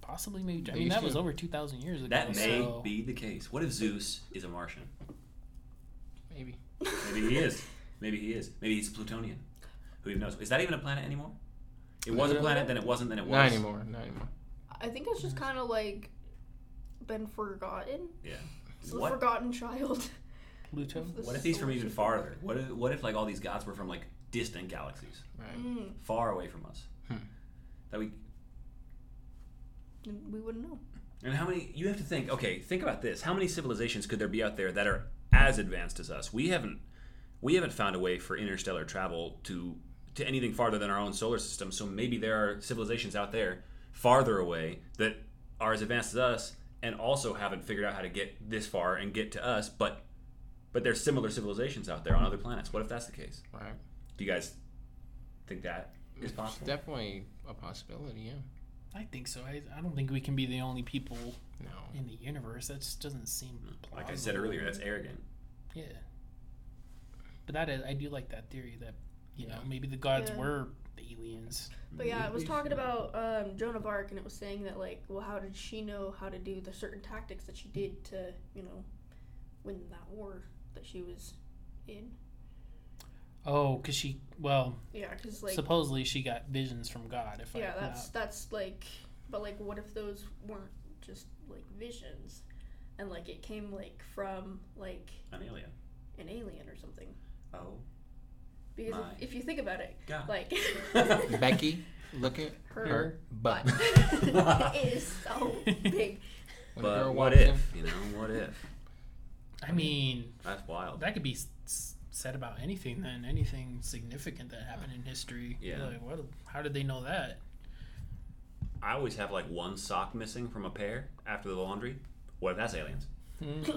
Speaker 3: possibly maybe. I
Speaker 2: They
Speaker 3: mean, that
Speaker 2: used
Speaker 3: was
Speaker 2: to.
Speaker 3: over two thousand years ago.
Speaker 1: That may
Speaker 3: so-
Speaker 1: be the case. What if Zeus is a Martian?
Speaker 2: Maybe.
Speaker 1: Maybe he is. Maybe he is. Maybe he's a Plutonian. Who even knows? Is that even a planet anymore? It was a
Speaker 2: Uh,
Speaker 1: planet, then it wasn't, then it was.
Speaker 2: Not anymore. Not anymore.
Speaker 4: I think it's just kind of like been forgotten.
Speaker 1: Yeah.
Speaker 4: It's the
Speaker 1: What?
Speaker 4: forgotten child.
Speaker 3: Pluto.
Speaker 4: of the
Speaker 1: What if he's from
Speaker 4: solar
Speaker 1: even
Speaker 4: system.
Speaker 1: farther? What if, what if like all these gods were from like distant galaxies,
Speaker 2: Right.
Speaker 4: Mm,
Speaker 1: far away from us?
Speaker 2: Hmm.
Speaker 1: That we
Speaker 4: we wouldn't know.
Speaker 1: and how many? You have to think. Okay, think about this. How many civilizations could there be out there that are as advanced as us? We haven't we haven't found a way for interstellar travel to to anything farther than our own solar system. So maybe there are civilizations out there farther away that are as advanced as us and also haven't figured out how to get this far and get to us, but but there's similar civilizations out there on other planets. What if that's the case?
Speaker 2: Right.
Speaker 1: Do you guys think that is possible?
Speaker 2: It's definitely a possibility. Yeah.
Speaker 3: I think so. I, I don't think we can be the only people
Speaker 2: No.
Speaker 3: in the universe. That just doesn't seem plausible.
Speaker 1: like I said earlier, that's arrogant.
Speaker 3: yeah. But that is, I do like that theory that you know
Speaker 2: Yeah.
Speaker 3: maybe the gods
Speaker 4: Yeah.
Speaker 3: were the aliens.
Speaker 4: But yeah, it was talking about um, Joan of Arc, and it was saying that like, well, how did she know how to do the certain tactics that she did to, you know, win that war that she was in?
Speaker 3: Oh, because she well
Speaker 4: Yeah, because like,
Speaker 3: supposedly she got visions from God. If
Speaker 4: yeah,
Speaker 3: I
Speaker 4: that's that's like, but like, what if those weren't just like visions, and like it came like from like
Speaker 1: an alien.
Speaker 4: an alien or something?
Speaker 1: Oh,
Speaker 4: Because
Speaker 1: My.
Speaker 4: if, if you think about it,
Speaker 1: God.
Speaker 4: like
Speaker 2: Becky, look at
Speaker 4: her,
Speaker 2: her butt.
Speaker 4: butt is so big.
Speaker 2: When a
Speaker 1: But
Speaker 2: girl
Speaker 1: what
Speaker 2: walks
Speaker 1: if?
Speaker 2: in-
Speaker 1: You know, what if?
Speaker 3: I mean
Speaker 1: That's wild.
Speaker 3: that could be s- s- said about anything then anything significant that happened in history.
Speaker 1: Yeah.
Speaker 3: Like, what? How did they know that?
Speaker 1: I always have like one sock missing from a pair after the laundry. What if that's aliens?
Speaker 4: or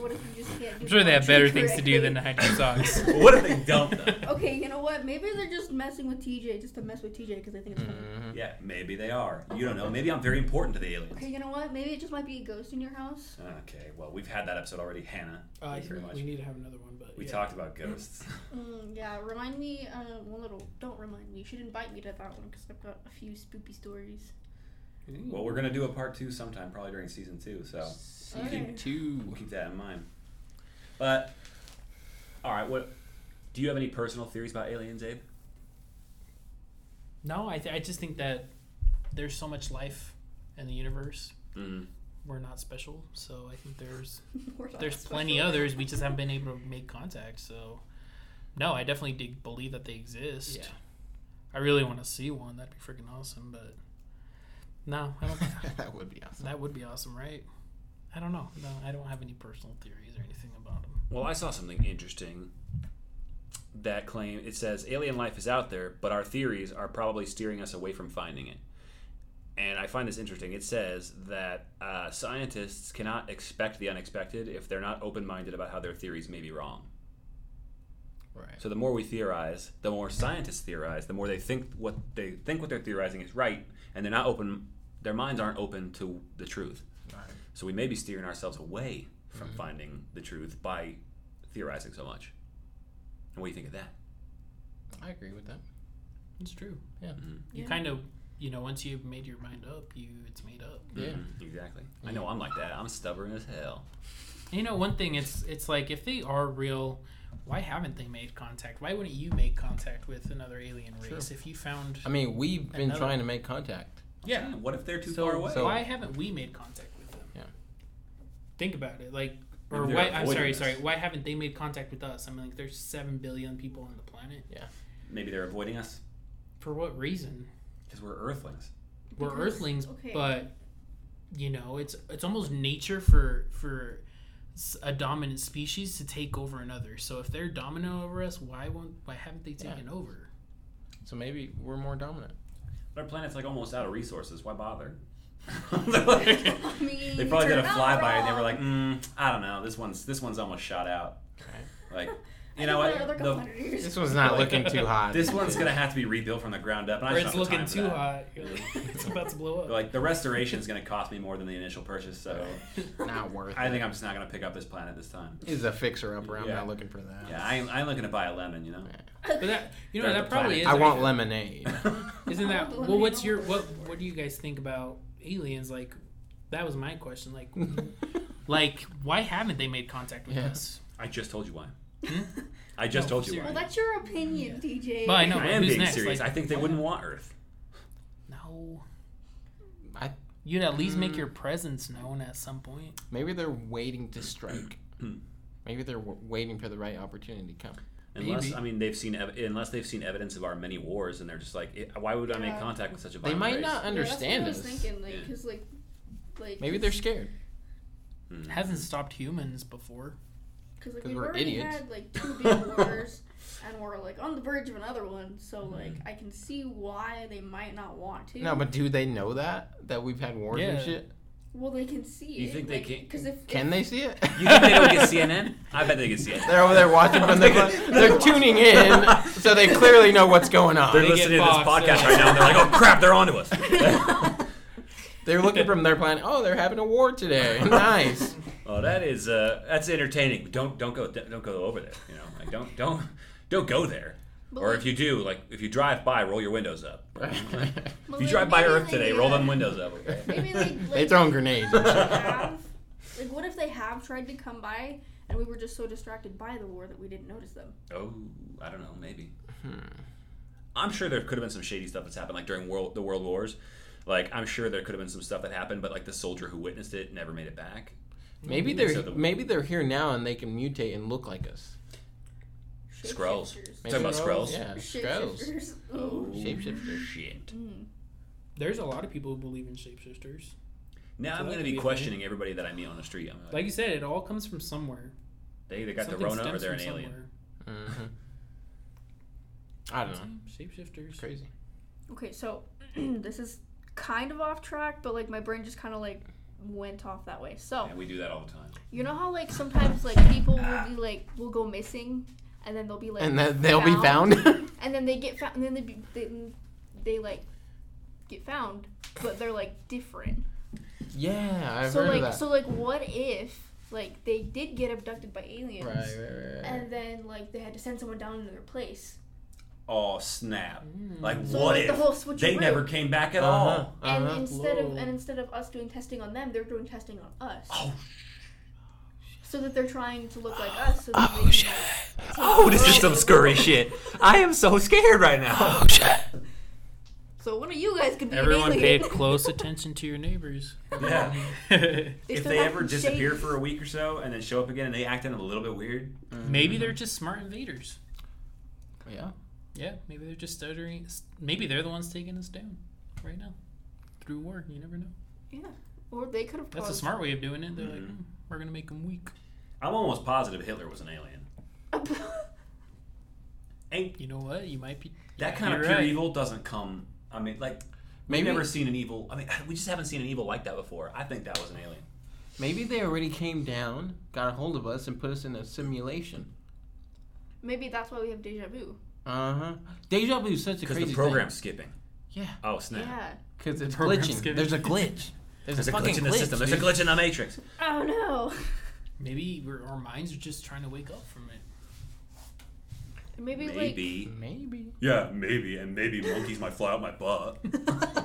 Speaker 4: what if you just can't do
Speaker 3: I'm sure they have better
Speaker 4: poetry
Speaker 3: things to do than to
Speaker 4: correctly?
Speaker 3: hide your socks.
Speaker 1: Well, what if they don't though?
Speaker 4: Okay, you know what? Maybe they're just messing with TJ just to mess with TJ because they think it's funny.
Speaker 3: Mm.
Speaker 2: Mhm.
Speaker 1: Yeah, maybe they are. You don't know. Maybe I'm very important to the aliens.
Speaker 4: Okay, you know what? Maybe it just might be a ghost in your house.
Speaker 1: Okay, well, we've had that episode already, Hannah.
Speaker 3: Uh,
Speaker 1: Thank you very much.
Speaker 3: we need to have another one, but
Speaker 1: We
Speaker 3: yeah.
Speaker 1: talked about ghosts.
Speaker 4: Mm, yeah, remind me. Uh, one little. Don't remind me. You should invite me to that one because I've got a few spoopy stories.
Speaker 1: well, we're gonna do a part two sometime, probably during season two. So
Speaker 2: Season
Speaker 4: Okay.
Speaker 2: two.
Speaker 1: we'll keep that in mind. But all right, what do you have any personal theories about aliens, Abe?
Speaker 3: No, I, th- I just think that there's so much life in the universe.
Speaker 1: Mm.
Speaker 3: We're not special, so I think there's
Speaker 4: We're not
Speaker 3: there's
Speaker 4: special.
Speaker 3: plenty others. We just haven't been able to make contact. So, no, I definitely do believe that they exist.
Speaker 2: Yeah.
Speaker 3: I really want to see one. That'd be freaking awesome. But no, I don't,
Speaker 2: that would be awesome.
Speaker 3: that would be awesome, right? I don't know. No, I don't have any personal theories or anything about them.
Speaker 1: Well, I saw something interesting that claim it says alien life is out there, but our theories are probably steering us away from finding it. And I find this interesting. It says that uh, scientists cannot expect the unexpected if they're not open minded about how their theories may be wrong.
Speaker 2: Right.
Speaker 1: So the more we theorize, the more scientists theorize, the more they think what they think what they're theorizing is right, and they're not open. Their minds aren't open to the truth.
Speaker 2: Right.
Speaker 1: So we may be steering ourselves away from finding the truth by theorizing so much. And what do you think of that?
Speaker 2: I agree with that.
Speaker 3: It's true. You
Speaker 4: Yeah.
Speaker 3: kind of, you know, once you've made your mind up, you it's made up.
Speaker 2: Yeah.
Speaker 1: Mhm, exactly. I know I'm like that. I'm stubborn as hell.
Speaker 3: You know, one thing it's it's like if they are real, why haven't they made contact? Why wouldn't you make contact with another alien
Speaker 2: True.
Speaker 3: race if you found?
Speaker 2: I mean, we've been
Speaker 3: Another-
Speaker 2: trying to make contact.
Speaker 3: Yeah.
Speaker 1: Hmm, What if they're too
Speaker 3: so
Speaker 1: far away?
Speaker 2: so-
Speaker 3: why haven't we made contact with them?
Speaker 2: Yeah.
Speaker 3: Think about it, like, or
Speaker 1: Maybe they're
Speaker 3: why? I'm
Speaker 1: avoiding
Speaker 3: sorry,
Speaker 1: us.
Speaker 3: sorry. Why haven't they made contact with us? I mean, like, there's seven billion people on the planet.
Speaker 1: Maybe they're avoiding us
Speaker 3: For what reason?
Speaker 1: because we're Earthlings.
Speaker 3: we're
Speaker 4: Because-
Speaker 3: earthlings
Speaker 4: okay.
Speaker 3: but you know it's it's almost nature for for s- a dominant species to take over another so if they're dominant over us why won't why haven't they
Speaker 2: Yeah.
Speaker 3: taken over
Speaker 2: So maybe we're more dominant.
Speaker 1: But our planet's like almost out of resources. Why bother?
Speaker 4: I mean,
Speaker 1: they probably did
Speaker 4: you're
Speaker 1: a
Speaker 4: not
Speaker 1: flyby and they were
Speaker 4: wrong.
Speaker 1: like, mm, I don't know. This one's this one's almost shot out.
Speaker 2: Right.
Speaker 1: Like,
Speaker 4: I
Speaker 1: you
Speaker 4: think
Speaker 1: know
Speaker 4: there are
Speaker 1: what?
Speaker 4: other
Speaker 1: The,
Speaker 4: competitors.
Speaker 2: This one's not looking too hot.
Speaker 1: this one's gonna have to be rebuilt from the ground up. And I
Speaker 3: or
Speaker 1: just
Speaker 3: it's
Speaker 1: don't have
Speaker 3: looking
Speaker 1: time for
Speaker 3: too
Speaker 1: that.
Speaker 3: hot you're like, it's about to blow
Speaker 1: But,
Speaker 3: up
Speaker 1: Like the restoration is going to cost me more than the initial purchase, so
Speaker 2: not worth.
Speaker 1: I
Speaker 2: it.
Speaker 1: think I'm just not going to pick up this planet this time.
Speaker 2: This is a fixer upper. I'm
Speaker 1: Yeah.
Speaker 2: not looking for that.
Speaker 1: Yeah, I ain't, I ain't looking to buy a lemon, you know.
Speaker 3: but that you know
Speaker 1: They're
Speaker 3: that
Speaker 1: the planet.
Speaker 3: probably is
Speaker 2: I want
Speaker 3: actually-
Speaker 2: lemonade.
Speaker 3: Isn't
Speaker 4: I
Speaker 3: that
Speaker 4: want
Speaker 3: well?
Speaker 4: lemonade.
Speaker 3: What's your what? What do you guys think about aliens? Like, that was my question. Like, like why haven't they made contact with
Speaker 2: Yeah.
Speaker 3: us?
Speaker 1: I just told you why.
Speaker 3: Hmm?
Speaker 1: I just
Speaker 3: No,
Speaker 1: told you
Speaker 4: well,
Speaker 1: why.
Speaker 4: that's your opinion, DJ.
Speaker 3: But I know.
Speaker 1: I am
Speaker 3: Who's
Speaker 1: being
Speaker 3: next?
Speaker 1: serious.
Speaker 3: Like-
Speaker 1: I think they wouldn't want Earth.
Speaker 3: No,
Speaker 2: I
Speaker 3: You'd at least make
Speaker 2: Mm.
Speaker 3: your presence known at some point.
Speaker 2: maybe they're waiting to strike.
Speaker 1: Hmm.
Speaker 2: maybe they're w- waiting for the right opportunity to come.
Speaker 1: Unless
Speaker 3: Maybe.
Speaker 1: I mean they've seen ev- unless they've seen evidence of our many wars, and they're just like, "Eh, why would I make
Speaker 4: Yeah.
Speaker 1: contact with such a
Speaker 2: They
Speaker 1: violent
Speaker 2: might
Speaker 1: race?"
Speaker 2: not
Speaker 4: yeah,
Speaker 2: understand
Speaker 4: that's
Speaker 2: us.
Speaker 4: what I was thinking, like,
Speaker 1: Yeah.
Speaker 4: 'cause, like, like,
Speaker 2: Maybe they're scared.
Speaker 1: Mm.
Speaker 3: hasn't stopped humans before.
Speaker 4: because like
Speaker 2: 'cause
Speaker 4: we've
Speaker 2: we're
Speaker 4: already
Speaker 2: idiots.
Speaker 4: had like two big wars, and we're like on the verge of another one. So
Speaker 1: Mm-hmm.
Speaker 4: like, I can see why they might not want to.
Speaker 2: No, but do they know that that we've had wars and
Speaker 3: Yeah.
Speaker 2: shit?
Speaker 4: well, they can see it.
Speaker 1: You think they can-
Speaker 4: Because if
Speaker 2: Can they see it?
Speaker 1: You think they don't get CNN? I bet they get CNN.
Speaker 2: They're over there watching from their phone. They're tuning in, so they clearly know what's going
Speaker 1: They're
Speaker 2: on.
Speaker 3: get
Speaker 1: listening to this
Speaker 3: Fox,
Speaker 1: podcast
Speaker 3: so-
Speaker 1: right now, and they're like, "Oh crap, they're onto us."
Speaker 2: They're looking from their planet. Oh, they're having a war today. Nice.
Speaker 1: Oh, that is uh, that's entertaining. But don't don't go don't go over there. You know, like don't don't don't go there.
Speaker 4: But
Speaker 1: or
Speaker 4: like-
Speaker 1: if you do, like if you drive by, roll your windows up.
Speaker 4: but,
Speaker 1: If you
Speaker 4: like,
Speaker 1: drive by
Speaker 4: maybe
Speaker 1: Earth
Speaker 4: they,
Speaker 1: today, roll
Speaker 4: uh,
Speaker 1: them windows up. Okay.
Speaker 4: Maybe like, like
Speaker 2: They throwing grenades. and shit.
Speaker 4: have, like what if they have tried to come by and we were just so distracted by the war that we didn't notice them?
Speaker 1: Oh, I don't know. Maybe.
Speaker 4: Hmm.
Speaker 1: I'm sure there could have been some shady stuff that's happened, like during world the world wars. Like I'm sure there could have been some stuff that happened, but like the soldier who witnessed it never made it back.
Speaker 2: Maybe
Speaker 1: So
Speaker 2: they're
Speaker 1: the-
Speaker 2: maybe they're here now and they can mutate and look like us.
Speaker 1: Skrulls.
Speaker 4: Shapeshifters.
Speaker 1: Talking about Skrulls.
Speaker 2: Yeah,
Speaker 1: Oh,
Speaker 2: Skrulls.
Speaker 4: Shapeshifters. Ooh.
Speaker 2: Shapeshifter.
Speaker 1: Shit.
Speaker 4: Mm.
Speaker 3: There's a lot of people who believe in shapeshifters.
Speaker 1: Now I'm
Speaker 3: So that
Speaker 1: gonna
Speaker 3: could
Speaker 1: be
Speaker 3: be a
Speaker 1: questioning everybody that I meet on the street. I'm like,
Speaker 3: Like you said, it all comes from somewhere.
Speaker 1: they either got
Speaker 3: Something
Speaker 1: the Rona or
Speaker 3: stems
Speaker 1: they're an
Speaker 3: from
Speaker 1: alien.
Speaker 3: somewhere.
Speaker 2: Mm-hmm. I don't know. It's
Speaker 3: Shapeshifters.
Speaker 2: crazy.
Speaker 4: Okay, so this is kind of off track, but like my brain just kind of like went off that way. So
Speaker 1: And we do that all the time.
Speaker 4: you know how like sometimes like people will be like will go missing, and then they'll be like
Speaker 2: and then they'll be found.
Speaker 4: and then they get found, and then they be, they, they like get found, but they're like different.
Speaker 2: yeah, I've
Speaker 4: so
Speaker 2: heard
Speaker 4: like
Speaker 2: of that.
Speaker 4: so like what if like they did get abducted by aliens?
Speaker 2: right, right, right. right.
Speaker 4: And then like they had to send someone down to their place.
Speaker 1: Oh snap!
Speaker 3: Mm.
Speaker 1: Like
Speaker 4: So
Speaker 1: what
Speaker 4: like,
Speaker 1: if
Speaker 4: the whole switcheroo.
Speaker 1: they never came back at
Speaker 2: Uh-huh,
Speaker 1: all?
Speaker 4: And
Speaker 2: uh-huh.
Speaker 4: instead
Speaker 3: Whoa.
Speaker 4: of and instead of us doing testing on them, they're doing testing on us.
Speaker 1: Oh,
Speaker 4: So that they're trying to look like us. So that
Speaker 2: Oh,
Speaker 4: they can,
Speaker 2: shit.
Speaker 4: Like, so
Speaker 1: oh, this is
Speaker 4: so-
Speaker 1: some scurry shit. I am so scared right now.
Speaker 4: So one of you guys could be
Speaker 3: Everyone
Speaker 4: an
Speaker 3: paid
Speaker 4: alien.
Speaker 3: close attention to your neighbors.
Speaker 1: Yeah.
Speaker 4: They
Speaker 1: if
Speaker 4: still
Speaker 1: they
Speaker 4: have
Speaker 1: ever
Speaker 4: them
Speaker 1: disappear
Speaker 4: shaped.
Speaker 1: for a week or so and then show up again and they acting a little bit weird,
Speaker 3: maybe they're just smart invaders.
Speaker 2: Yeah.
Speaker 3: Yeah, maybe they're just stuttering. Maybe they're the ones taking us down right now through war. You never know.
Speaker 4: or they could have.
Speaker 3: That's a
Speaker 4: caused-
Speaker 3: smart way of doing it. They're like,
Speaker 1: Mhm.
Speaker 3: "Hmm, we're gonna make them weak.
Speaker 1: I'm almost positive Hitler was an alien. Ain't
Speaker 3: You know what? You might be. you
Speaker 1: that
Speaker 3: might
Speaker 1: kind of
Speaker 3: be
Speaker 1: pure
Speaker 3: right.
Speaker 1: evil doesn't come. I mean, like we've
Speaker 2: Maybe-
Speaker 1: never seen an evil. I mean, we just haven't seen an evil like that before. I think that was an alien.
Speaker 2: Maybe they already came down, got a hold of us, and put us in a simulation.
Speaker 4: Maybe that's why we have deja vu.
Speaker 2: Uh huh. Deja vu is such a
Speaker 1: Because
Speaker 2: crazy
Speaker 1: the program's skipping.
Speaker 2: thing. Yeah.
Speaker 1: Oh snap!
Speaker 4: Yeah.
Speaker 2: Because it's
Speaker 3: Program's
Speaker 2: glitching.
Speaker 3: giving-
Speaker 2: There's a glitch. There's,
Speaker 1: There's a
Speaker 2: fucking
Speaker 1: glitch in the system. There's a
Speaker 2: dude.
Speaker 1: glitch in the matrix.
Speaker 4: Oh no.
Speaker 3: Maybe we're, our minds are just trying to wake up from it.
Speaker 4: Maybe,
Speaker 1: Maybe.
Speaker 2: Maybe.
Speaker 1: Yeah, maybe, and maybe monkeys might fly out my butt.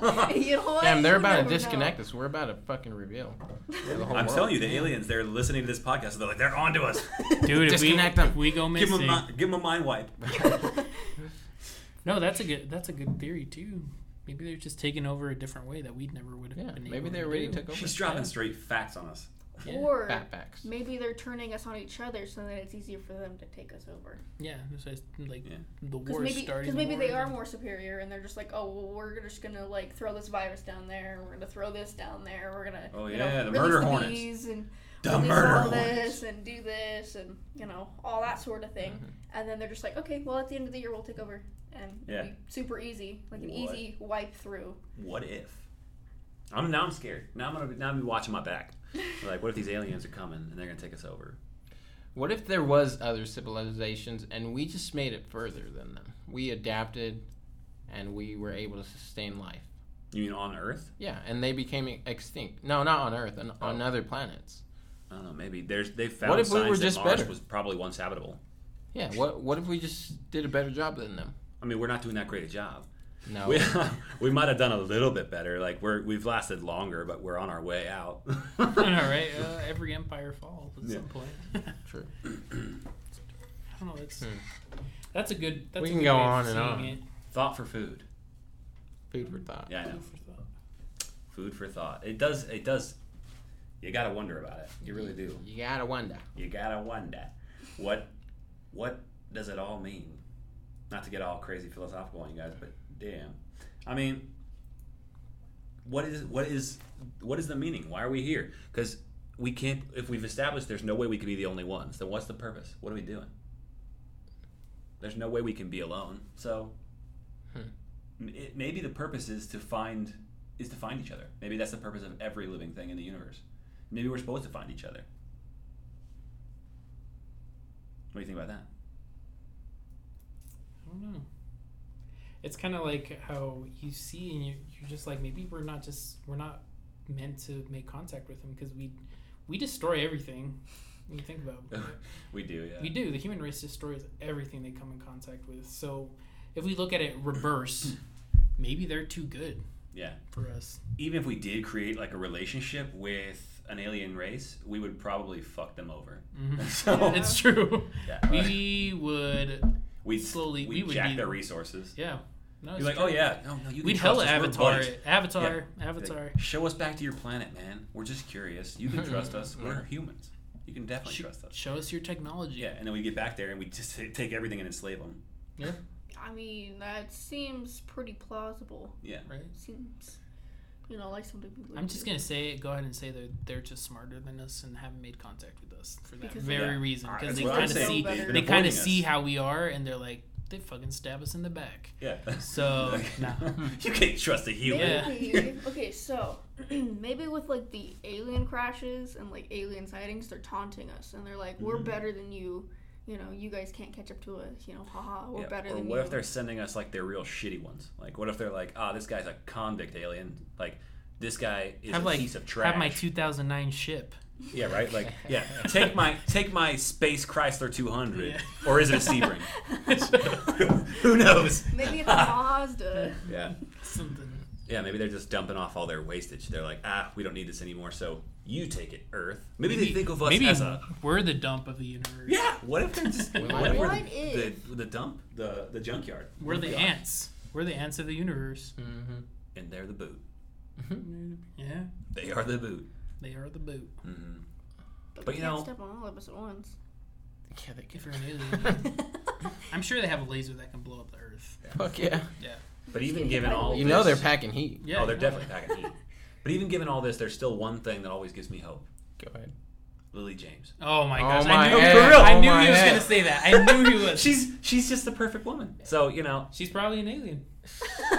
Speaker 4: like you know what?
Speaker 2: Damn, they're
Speaker 4: You
Speaker 2: about to
Speaker 4: never know.
Speaker 2: disconnect us. We're about to fucking reveal. the whole
Speaker 1: I'm
Speaker 2: world.
Speaker 1: telling you, the aliens, they're listening to this podcast, and they're like, they're onto us.
Speaker 3: Dude, if we,
Speaker 2: Disconnect 'em.
Speaker 3: if we go
Speaker 1: give, them
Speaker 3: missing.
Speaker 1: a, mi- give 'em a mind wipe.
Speaker 3: No, that's a good that's a good theory too. Maybe they're just taking over a different way that we never would have
Speaker 2: Yeah,
Speaker 3: been able
Speaker 2: maybe they
Speaker 3: to
Speaker 2: already
Speaker 3: do.
Speaker 2: took over.
Speaker 1: She's dropping straight facts on us.
Speaker 3: Yeah.
Speaker 4: Or
Speaker 2: Fat facts.
Speaker 4: maybe they're turning us on each other so that it's easier for them to take us over.
Speaker 3: Yeah, so it's like
Speaker 1: Yeah.
Speaker 3: the
Speaker 4: Because
Speaker 3: war
Speaker 4: maybe,
Speaker 3: starting.
Speaker 4: 'cause maybe
Speaker 3: more
Speaker 4: they
Speaker 3: than-
Speaker 4: are more superior, and they're just like, oh, well, we're just gonna like throw this virus down there, and we're gonna throw this down there, we're gonna
Speaker 1: Oh,
Speaker 4: you
Speaker 1: yeah,
Speaker 4: know,
Speaker 1: the
Speaker 4: release
Speaker 1: murder
Speaker 4: the
Speaker 1: hornets.
Speaker 4: bees and
Speaker 1: The
Speaker 4: release
Speaker 1: murder
Speaker 4: all
Speaker 1: hornets.
Speaker 4: this and do this and you know all that sort of thing,
Speaker 1: Mm-hmm.
Speaker 4: and then they're just like, okay, well at the end of the year we'll take over, and it'll
Speaker 1: Yeah.
Speaker 4: be super easy, like an
Speaker 1: What?
Speaker 4: easy wipe through.
Speaker 1: What if? I'm now I'm scared. Now I'm gonna be, now I'm gonna be watching my back. like, what if these aliens are coming and they're gonna take us over?
Speaker 2: What if there was other civilizations and we just made it further than them? We adapted, and we were able to sustain life.
Speaker 1: You mean on Earth?
Speaker 2: Yeah, and they became extinct. No, not on Earth, on, on
Speaker 1: Oh.
Speaker 2: other planets.
Speaker 1: I don't know. Maybe there's they found
Speaker 2: What if we
Speaker 1: signs
Speaker 2: were
Speaker 1: that
Speaker 2: just
Speaker 1: Mars
Speaker 2: better?
Speaker 1: was probably once habitable.
Speaker 2: Yeah. What What if we just did a better job than them?
Speaker 1: I mean, we're not doing that great a job.
Speaker 2: No.
Speaker 1: We, we might have done a little bit better. Like we're we've lasted longer, but we're on our way out.
Speaker 3: All right, uh, every empire falls at
Speaker 1: Yeah.
Speaker 3: some point.
Speaker 2: True.
Speaker 3: I don't know. That's
Speaker 2: Hmm.
Speaker 3: that's a good. That's
Speaker 2: We
Speaker 3: a
Speaker 2: can
Speaker 3: good
Speaker 2: go
Speaker 3: way of
Speaker 2: on and
Speaker 3: seeing
Speaker 2: on.
Speaker 3: It.
Speaker 1: Thought for food.
Speaker 2: Food for thought.
Speaker 1: Yeah, I know. Food for thought. It does. It does. You gotta wonder about it. You really do.
Speaker 2: You gotta wonder.
Speaker 1: You gotta wonder what what does it all mean? Not to get all crazy philosophical on you guys, but damn. I mean, what is what is what is the meaning? Why are we here? Because we can't. If we've established there's no way we could be the only ones, then what's the purpose? What are we doing? There's no way we can be alone. So
Speaker 2: Hmm.
Speaker 1: m- it, maybe the purpose is to find is to find each other. Maybe that's the purpose of every living thing in the universe. Maybe we're supposed to find each other. What do you think about that?
Speaker 3: I don't know. It's kind of like how you see, and you're, you're just like, maybe we're not just we're not meant to make contact with them because we we destroy everything. When you think about it.
Speaker 1: We do, yeah.
Speaker 3: we do. The human race destroys everything they come in contact with. So if we look at it reverse, maybe they're too good
Speaker 1: yeah.
Speaker 3: for us.
Speaker 1: Even if we did create like a relationship with an alien race, we would probably fuck them over. so
Speaker 4: Yeah.
Speaker 3: It's true.
Speaker 1: yeah,
Speaker 3: We would,
Speaker 1: we'd
Speaker 3: slowly-
Speaker 1: we
Speaker 3: we would
Speaker 1: jack
Speaker 3: be-
Speaker 1: their resources.
Speaker 3: yeah.
Speaker 1: You're
Speaker 3: No, it's
Speaker 1: like,
Speaker 3: true.
Speaker 1: oh yeah, no, no, you can
Speaker 3: We'd
Speaker 1: trust
Speaker 3: hella
Speaker 1: us. We're
Speaker 3: Avatar,
Speaker 1: buddies."
Speaker 3: it. Avatar,
Speaker 1: Like,
Speaker 3: Avatar.
Speaker 1: Show us back to your planet, man. We're just curious. You can trust us. We're humans. You can definitely
Speaker 3: Sh-
Speaker 1: trust us.
Speaker 3: show us your technology.
Speaker 1: Yeah, and then we get back there and we just t- take everything and enslave them.
Speaker 4: I mean, that seems pretty plausible.
Speaker 1: Yeah.
Speaker 3: Right.
Speaker 4: Seems, you know, like something we would
Speaker 3: I'm just
Speaker 4: do.
Speaker 3: gonna say, go ahead and say that they're just smarter than us and haven't made contact with us for that
Speaker 4: Because-
Speaker 3: very
Speaker 1: Yeah.
Speaker 3: reason
Speaker 1: Alright,
Speaker 3: because
Speaker 1: that's
Speaker 3: they
Speaker 1: what I'm
Speaker 3: kind of
Speaker 1: saying.
Speaker 3: see
Speaker 4: They're
Speaker 3: they kind
Speaker 1: avoiding
Speaker 3: of
Speaker 1: us.
Speaker 3: see how we are and they're like they fucking stab us in the back.
Speaker 1: Yeah.
Speaker 3: So no.
Speaker 1: you can't trust a human.
Speaker 3: Yeah.
Speaker 4: Maybe, okay, so maybe with like the alien crashes and like alien sightings, they're taunting us and they're like, "We're
Speaker 1: Mhm.
Speaker 4: better than you." You know, you guys can't catch up to us. You know, haha, we're
Speaker 1: Yeah,
Speaker 4: better
Speaker 1: or
Speaker 4: than
Speaker 1: what
Speaker 4: you.
Speaker 1: if they're sending us like their real shitty ones? Like, what if they're like, ah, this guy's a convict alien. Like, this guy is
Speaker 3: Have,
Speaker 1: a
Speaker 3: like,
Speaker 1: piece of trash.
Speaker 3: Have my 2009 ship.
Speaker 1: yeah, right. Like, yeah, take my take my space Chrysler 200,
Speaker 3: Yeah.
Speaker 1: or is it a Sebring? Who knows?
Speaker 4: Maybe it's a Mazda.
Speaker 1: Yeah,
Speaker 3: Something.
Speaker 1: yeah. Maybe they're just dumping off all their wastage. They're like, ah, we don't need this anymore. So you take it, Earth. Maybe, they think of us
Speaker 3: maybe
Speaker 1: as a
Speaker 3: we're the dump of the universe.
Speaker 1: yeah. What if they're just
Speaker 2: What
Speaker 1: what if we're
Speaker 4: What
Speaker 1: the,
Speaker 4: if-
Speaker 1: the, the dump, the the junkyard,
Speaker 3: We're the
Speaker 1: Yeah.
Speaker 3: ants. We're the ants of the universe.
Speaker 2: Mm-hmm.
Speaker 1: and they're the boot.
Speaker 3: Yeah,
Speaker 1: They are the boot.
Speaker 3: they are the boot.
Speaker 1: hmm
Speaker 4: But,
Speaker 1: But
Speaker 4: we
Speaker 1: you
Speaker 4: can't
Speaker 1: know-
Speaker 4: step on all of us at once.
Speaker 2: Yeah, they
Speaker 3: If
Speaker 2: can.
Speaker 3: you're an alien, I'm sure they have a laser that can blow up the Earth.
Speaker 2: Fuck yeah.
Speaker 1: But even given all
Speaker 2: You know they're
Speaker 1: this-
Speaker 2: packing heat.
Speaker 3: Yeah,
Speaker 1: oh, they're
Speaker 3: no.
Speaker 1: definitely packing heat. But even given all this, there's still one thing that always gives me hope:
Speaker 2: Go ahead.
Speaker 1: Lily James.
Speaker 3: Oh my
Speaker 2: Oh
Speaker 3: gosh!
Speaker 2: my
Speaker 3: I knew,
Speaker 2: head.
Speaker 3: I
Speaker 2: Oh
Speaker 3: knew
Speaker 2: my
Speaker 3: he was
Speaker 2: head.
Speaker 3: gonna say that. I knew he was.
Speaker 1: she's she's just the perfect woman. So you know,
Speaker 3: She's probably an alien.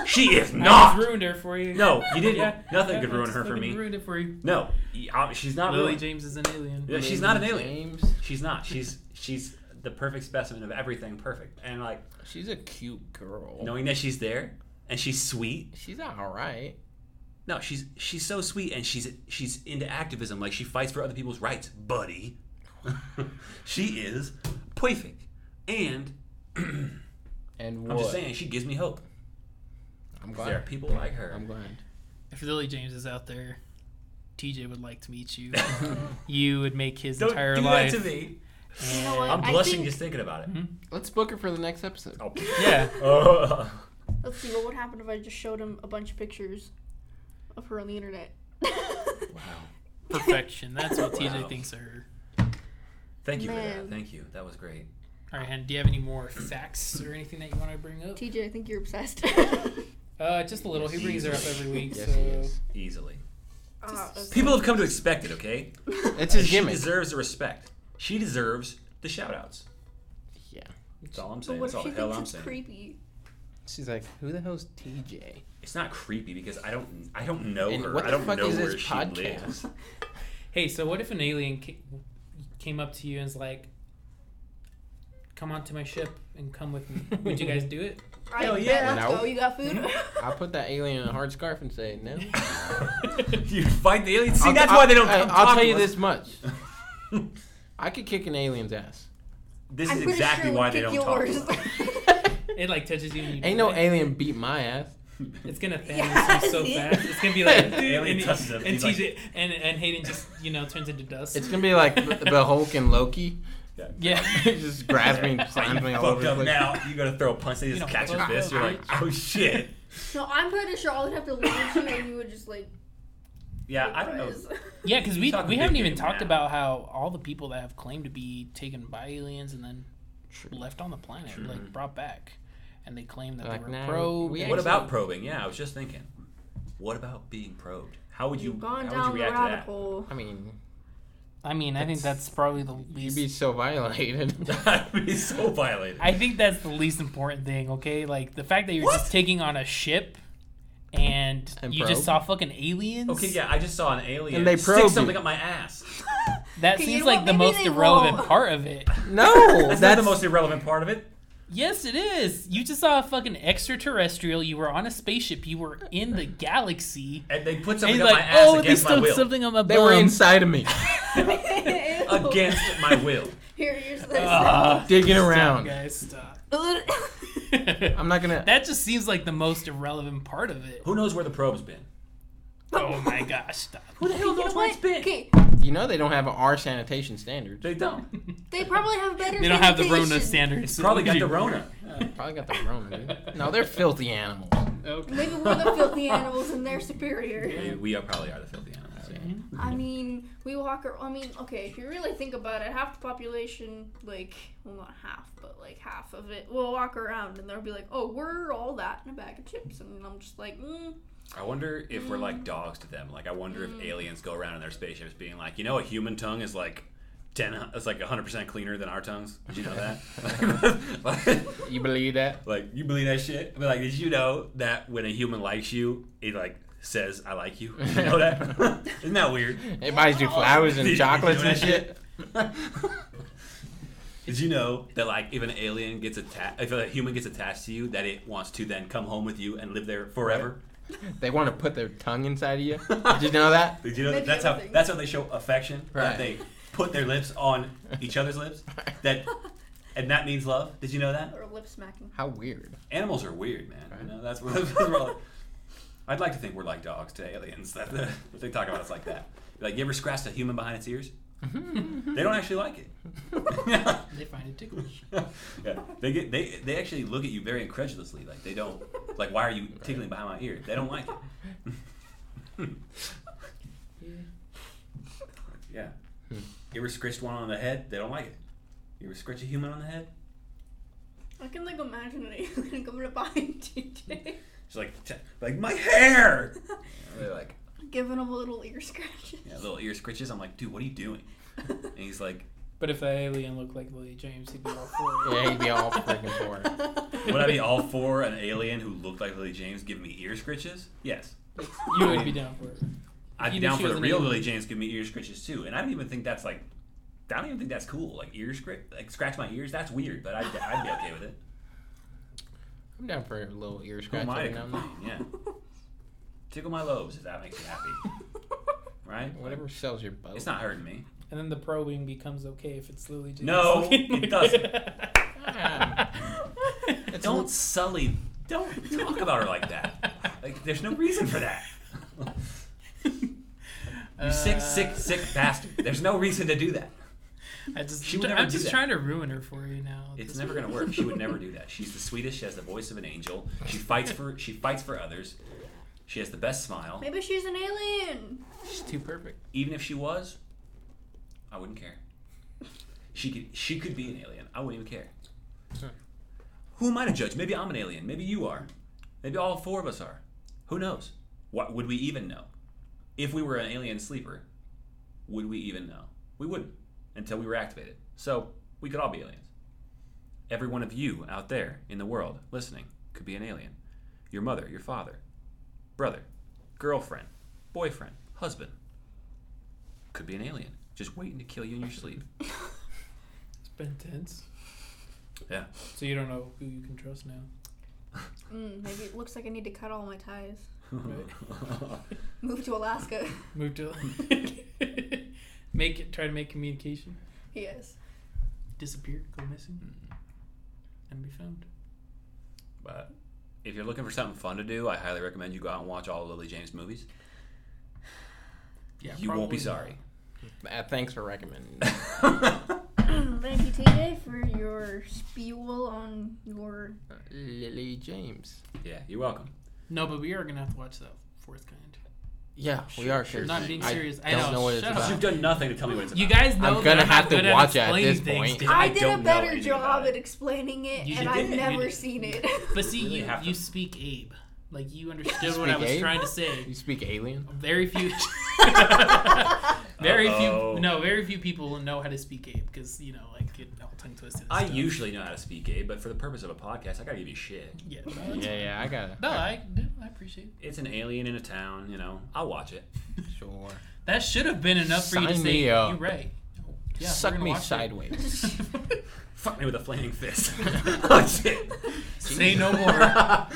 Speaker 1: she is
Speaker 3: I
Speaker 1: not.
Speaker 3: just ruined her for you.
Speaker 1: No, you didn't.
Speaker 3: Yeah.
Speaker 1: Nothing
Speaker 3: Yeah,
Speaker 1: could
Speaker 3: I
Speaker 1: ruin
Speaker 3: just
Speaker 1: her for
Speaker 3: fucking
Speaker 1: me.
Speaker 3: Ruined it for you.
Speaker 1: No, y- uh, she's not
Speaker 3: Lily
Speaker 1: ruined.
Speaker 3: James is an alien.
Speaker 1: Yeah, she's not an
Speaker 2: Lily
Speaker 1: alien.
Speaker 2: James.
Speaker 1: She's not. She's she's the perfect specimen of everything perfect. And like
Speaker 2: She's a cute girl.
Speaker 1: knowing that she's there and she's sweet.
Speaker 2: She's all right.
Speaker 1: No, she's she's so sweet and she's she's into activism. Like she fights for other people's rights, buddy. she is perfect. And
Speaker 2: And what?
Speaker 1: I'm just saying, she gives me hope.
Speaker 2: I'm
Speaker 1: There are
Speaker 2: glad.
Speaker 1: people like her.
Speaker 2: I'm glad.
Speaker 3: If Lily James is out there, TJ would like to meet you. you would make his
Speaker 1: Don't
Speaker 3: entire
Speaker 1: do
Speaker 3: life.
Speaker 1: that to me.
Speaker 4: You know what?
Speaker 1: I'm
Speaker 4: I
Speaker 1: blushing
Speaker 4: think-
Speaker 1: just thinking about it.
Speaker 2: Let's book her for the next episode.
Speaker 1: Oh.
Speaker 3: Yeah.
Speaker 1: Oh.
Speaker 4: Let's see what would happen if I just showed him a bunch of pictures of her on the internet.
Speaker 1: Wow.
Speaker 3: Perfection. That's what
Speaker 1: Wow.
Speaker 3: TJ thinks of her.
Speaker 1: Thank you for
Speaker 4: Man.
Speaker 1: that. Thank you. That was great.
Speaker 3: All right, Hen, do you have any more facts or anything that you want to bring up?
Speaker 4: TJ, I think you're obsessed.
Speaker 3: Uh, just a little. He brings her up every week.
Speaker 2: Yes,
Speaker 3: so.
Speaker 2: he is.
Speaker 1: Easily.
Speaker 4: Ah, okay.
Speaker 1: People have come to expect it, okay?
Speaker 2: It's his
Speaker 1: She
Speaker 2: gimmick.
Speaker 1: deserves the respect. She deserves the shout outs.
Speaker 2: Yeah.
Speaker 1: That's all I'm
Speaker 4: But
Speaker 1: saying.
Speaker 4: what
Speaker 1: That's
Speaker 4: if
Speaker 1: all
Speaker 4: she
Speaker 1: the hell
Speaker 4: thinks
Speaker 1: I'm
Speaker 4: it's
Speaker 1: saying.
Speaker 4: creepy?
Speaker 2: She's like, who the hell's TJ?
Speaker 1: It's not creepy because I don't I don't know
Speaker 2: And
Speaker 1: her.
Speaker 2: what
Speaker 1: I
Speaker 2: the
Speaker 1: don't
Speaker 2: fuck
Speaker 1: know
Speaker 2: is
Speaker 1: where
Speaker 2: this
Speaker 1: she
Speaker 2: podcast?
Speaker 1: lives.
Speaker 3: Hey, so what if an alien ca- came up to you and was like, "Come onto my ship and come with me"? Would you guys do it?
Speaker 4: Right,
Speaker 1: Hell
Speaker 4: bet,
Speaker 1: yeah.
Speaker 4: Let's
Speaker 2: No.
Speaker 4: go. You got food?
Speaker 2: I'll put that alien in a hard scarf and say, no.
Speaker 1: you fight the aliens. See,
Speaker 2: I'll-
Speaker 1: that's
Speaker 2: I'll-
Speaker 1: why they don't
Speaker 2: I'll,
Speaker 1: come
Speaker 2: I'll
Speaker 1: talk
Speaker 2: tell
Speaker 1: to
Speaker 2: you
Speaker 1: us.
Speaker 2: this much. I could kick an alien's ass.
Speaker 1: This
Speaker 4: I'm
Speaker 1: is
Speaker 4: pretty
Speaker 1: exactly
Speaker 4: sure it
Speaker 1: why
Speaker 4: would
Speaker 1: they
Speaker 4: kick
Speaker 1: don't talk
Speaker 4: yours.
Speaker 1: to us.
Speaker 3: It like touches you. And you
Speaker 2: Ain't
Speaker 3: do
Speaker 2: no
Speaker 3: it.
Speaker 2: alien beat my ass.
Speaker 3: It's gonna Thanos
Speaker 4: Yeah,
Speaker 3: you so
Speaker 4: see?
Speaker 3: fast. It's gonna be like
Speaker 1: The alien
Speaker 3: and,
Speaker 1: touches him,
Speaker 3: and
Speaker 1: he's like-
Speaker 3: TJ and and Hayden just you know turns into dust.
Speaker 2: It's gonna be like the the Hulk and Loki.
Speaker 3: yeah.
Speaker 2: It just grabs me, and slams me
Speaker 1: You
Speaker 2: all over
Speaker 1: fucked
Speaker 2: the
Speaker 1: up
Speaker 2: place.
Speaker 1: now. You gotta throw a punch. They just
Speaker 3: You know,
Speaker 1: catch your
Speaker 3: fuck
Speaker 1: fist.
Speaker 3: up,
Speaker 1: You're like, oh shit.
Speaker 4: no, I'm pretty sure I would have to launch you and you would just like.
Speaker 1: Yeah, I don't know.
Speaker 3: Yeah, because we
Speaker 1: Talking
Speaker 3: we
Speaker 1: big
Speaker 3: haven't even
Speaker 1: game
Speaker 3: talked
Speaker 1: now.
Speaker 3: about how all the people that have claimed to be taken by aliens and then left on the planet, like brought back, and they claim that
Speaker 2: Like,
Speaker 3: they were
Speaker 2: nah,
Speaker 3: pro.
Speaker 2: we
Speaker 1: What
Speaker 2: actually-
Speaker 1: about probing? Yeah, I was just thinking. What about being probed? How would you,
Speaker 4: You've gone
Speaker 1: how
Speaker 4: down
Speaker 1: would
Speaker 4: the
Speaker 1: you react
Speaker 4: rabbit
Speaker 1: to
Speaker 4: hole.
Speaker 2: I mean,
Speaker 3: I mean, I think that's probably the
Speaker 2: you'd
Speaker 3: least.
Speaker 2: be so violated.
Speaker 1: that? I'd be so violated.
Speaker 3: I think that's the least important thing. Okay, like the fact that you're just taking on a ship, and,
Speaker 2: And
Speaker 3: you just
Speaker 2: probe.
Speaker 3: saw fucking aliens.
Speaker 1: okay, yeah, I just saw an alien
Speaker 2: And they
Speaker 1: stick
Speaker 2: probe
Speaker 1: something
Speaker 2: you.
Speaker 1: up my ass.
Speaker 3: that
Speaker 4: Okay, you
Speaker 3: seems
Speaker 4: know
Speaker 3: like
Speaker 4: what?
Speaker 3: the
Speaker 4: Maybe
Speaker 3: most
Speaker 4: they
Speaker 3: irrelevant
Speaker 4: won't.
Speaker 3: part of it.
Speaker 2: no,
Speaker 1: That's, not the most irrelevant part of it.
Speaker 3: Yes, it is. You just saw a fucking extraterrestrial. You were on a spaceship. You were in the galaxy.
Speaker 1: And they put
Speaker 3: And
Speaker 1: something
Speaker 3: he's
Speaker 1: up my
Speaker 3: like,
Speaker 1: ass
Speaker 3: oh, they
Speaker 1: against my
Speaker 3: stuck
Speaker 1: will.
Speaker 3: something on my
Speaker 2: They were
Speaker 3: bum."
Speaker 2: inside of me,
Speaker 4: Ew.
Speaker 1: Against my will.
Speaker 4: Here, here's this.
Speaker 1: Uh-huh.
Speaker 3: Ah,
Speaker 2: digging
Speaker 3: stop,
Speaker 2: around.
Speaker 3: guys, stop.
Speaker 2: I'm not gonna.
Speaker 3: that just seems like the most irrelevant part of it.
Speaker 1: Who knows where the probe's been?
Speaker 3: Oh my gosh, stop.
Speaker 1: Who the hell knows where it's been?
Speaker 4: okay,
Speaker 2: You know they don't have our sanitation standards.
Speaker 1: They don't.
Speaker 4: they probably have better.
Speaker 3: They don't have the Rona
Speaker 4: sanitation.
Speaker 3: standards.
Speaker 1: Probably got the Rona.
Speaker 2: Probably got the Rona. Dude. No, they're filthy animals.
Speaker 3: Okay.
Speaker 4: Maybe we're the filthy animals and they're superior.
Speaker 1: We- We are probably are the filthy animals. yeah.
Speaker 4: I mean, we walk. Ar- I mean, okay, if you really think about it, half the population, like, well, not half, but like half of it, will walk around and they'll be like, "Oh, we're all that in a bag of chips," and I'm just like, mm,
Speaker 1: I wonder if we're like dogs to them. Like, I wonder if aliens go around in their spaceships being like, you know, a human tongue is like ten. It's like hundred percent cleaner than our tongues. Did you know that? Like,
Speaker 2: You believe that?
Speaker 1: like you believe that shit? But like, did you know that when a human likes you, it like says "I like you"? Did you know that? Isn't that weird?
Speaker 2: It buys you flowers
Speaker 1: Did
Speaker 2: and
Speaker 1: you
Speaker 2: chocolates
Speaker 1: know
Speaker 2: and
Speaker 1: that
Speaker 2: shit.
Speaker 1: Did you know that like if an alien gets attached, if a human gets attached to you, that it wants to then come home with you and live there forever?
Speaker 2: They want to put their tongue inside of you. Did you know that?
Speaker 1: Did you know that
Speaker 4: Maybe
Speaker 1: that's how
Speaker 4: everything.
Speaker 1: that's how they show affection? That
Speaker 2: Right.
Speaker 1: they put their lips on each other's lips. That and that means love. Did you know that?
Speaker 4: or lip smacking.
Speaker 2: How weird.
Speaker 1: Animals are weird, man. You
Speaker 2: Right.
Speaker 1: know that's what. That's what we're all- I'd like to think we're like dogs to aliens. That that they talk about us like that. Like you ever scratched a human behind its ears? They don't actually like it.
Speaker 3: They find it ticklish.
Speaker 1: yeah, they get they they actually look at you very incredulously. Like they don't "Oh." like why are you tickling behind my ear? They don't like it.
Speaker 3: Yeah.
Speaker 1: yeah.
Speaker 3: Hmm.
Speaker 1: You ever scratched one on the head? They don't like it. You ever scratch a human on the head?
Speaker 4: I can like imagine an alien coming up behind you, Jay,
Speaker 1: She's like "T- like my hair. And they're like
Speaker 4: giving him a little ear scratch.
Speaker 1: yeah, little ear scratches. I'm like dude, what are you doing? And he's like,
Speaker 3: But if the alien looked like Willie James, he'd be all for it.
Speaker 2: Yeah, he'd be all freaking for it.
Speaker 1: would I be all for an alien who looked like Lily James giving me ear scratches? Yes.
Speaker 3: You would be down for it.
Speaker 1: I'd be
Speaker 3: You knew
Speaker 1: down
Speaker 3: she
Speaker 1: for
Speaker 3: was
Speaker 1: the
Speaker 3: an
Speaker 1: real
Speaker 3: alien.
Speaker 1: Lily James giving me ear scratches too. And I don't even think that's like, I don't even think that's cool. Like ear scratch, like scratch my ears. That's weird, but I'd, I'd be okay with it.
Speaker 2: I'm down for a little ear
Speaker 1: Who
Speaker 2: scratch
Speaker 1: am I
Speaker 2: every
Speaker 1: to
Speaker 2: now and then.
Speaker 1: complain? Yeah. Tickle my lobes if that makes you happy, right?
Speaker 2: Whatever sells your boat.
Speaker 1: It's not hurting me.
Speaker 3: And then the probing becomes okay if it's Lily James.
Speaker 1: No,
Speaker 3: looking
Speaker 1: it
Speaker 3: like-
Speaker 2: It's a
Speaker 1: Don't sully. Don't talk about her like that. Like, there's no reason for that. You sick,
Speaker 3: Uh,
Speaker 1: sick, sick bastard. There's no reason to do that.
Speaker 3: I just,
Speaker 1: She would never
Speaker 3: I'm
Speaker 1: do
Speaker 3: just
Speaker 1: that.
Speaker 3: trying to ruin her for you now.
Speaker 1: It's
Speaker 3: This-
Speaker 1: never gonna work. She would never do that. She's the sweetest. She has the voice of an angel. She fights for. She fights for others. She has the best smile.
Speaker 4: Maybe she's an alien.
Speaker 2: She's too perfect.
Speaker 1: Even if she was, I wouldn't care. She could. She could be an alien. I wouldn't even care.
Speaker 2: Huh.
Speaker 1: Who am I to judge? Maybe I'm an alien. Maybe you are. Maybe all four of us are. Who knows? What would we even know? If we were an alien sleeper, would we even know? We wouldn't until we were activated. So we could all be aliens. Every one of you out there in the world listening could be an alien. Your mother, your father, brother, girlfriend, boyfriend, husband could be an alien just waiting to kill you in your sleep.
Speaker 3: It's been tense.
Speaker 1: Yeah.
Speaker 3: So you don't know who you can trust now.
Speaker 4: Mm, maybe it looks like I need to cut all my ties. Move to Alaska.
Speaker 3: Move to make it. Try to make communication.
Speaker 4: yes.
Speaker 3: Disappear. Go missing. And be found.
Speaker 1: But if you're looking for something fun to do, I highly recommend you go out and watch all of Lily James movies.
Speaker 3: Yeah.
Speaker 1: you won't be
Speaker 3: probably.
Speaker 1: sorry.
Speaker 2: Uh, thanks for recommending. that.
Speaker 4: Thank you, TJ, for your spiel on your.
Speaker 2: Lily James.
Speaker 1: Yeah, you're welcome.
Speaker 3: No, but we are gonna have to watch that fourth kind.
Speaker 2: Yeah, we
Speaker 1: Sure,
Speaker 2: are
Speaker 1: sure.
Speaker 2: sure.
Speaker 1: Not
Speaker 3: being
Speaker 2: I
Speaker 3: serious. I
Speaker 2: don't
Speaker 3: know.
Speaker 2: know what it's
Speaker 3: Shut up.
Speaker 1: You've
Speaker 2: about.
Speaker 1: done nothing to tell me what it's about.
Speaker 3: Uh, You guys know
Speaker 2: I'm
Speaker 3: that
Speaker 2: gonna
Speaker 3: I'm
Speaker 2: have to
Speaker 3: good at
Speaker 2: watch it at
Speaker 3: explaining
Speaker 2: this
Speaker 3: things
Speaker 2: point.
Speaker 3: to
Speaker 1: I
Speaker 4: I, did a
Speaker 1: don't know
Speaker 4: better
Speaker 1: anything about
Speaker 4: job
Speaker 1: it.
Speaker 4: at explaining it,
Speaker 3: You
Speaker 1: did.
Speaker 4: and I've
Speaker 1: You
Speaker 4: never
Speaker 1: did.
Speaker 4: seen it.
Speaker 3: But see,
Speaker 1: Really
Speaker 3: you,
Speaker 1: have to-
Speaker 3: you speak Abe. Like you understood
Speaker 2: You
Speaker 3: what I
Speaker 2: speak
Speaker 3: was
Speaker 2: Abe?
Speaker 3: trying to say.
Speaker 2: You speak alien?
Speaker 3: Very few, very
Speaker 1: Uh-oh.
Speaker 3: few, no, very few people know how to speak Abe because you know, like get all tongue twisted. and
Speaker 1: I
Speaker 3: stuff.
Speaker 1: usually know how to speak gay, but for the purpose of a podcast, I gotta give you shit.
Speaker 3: yeah, no, that's-
Speaker 2: Yeah, yeah, I gotta.
Speaker 3: no, I, no, I appreciate it.
Speaker 1: It's an alien in a town, you know. I'll watch it.
Speaker 2: Sure.
Speaker 3: that. Should have been enough for you to
Speaker 2: Sign
Speaker 3: say
Speaker 2: me
Speaker 3: you're
Speaker 2: up.
Speaker 3: right. Yeah, we're
Speaker 2: Suck
Speaker 3: gonna
Speaker 2: me
Speaker 3: watch it.
Speaker 2: sideways.
Speaker 1: Fuck me with a flaming fist. oh shit.
Speaker 3: say no more.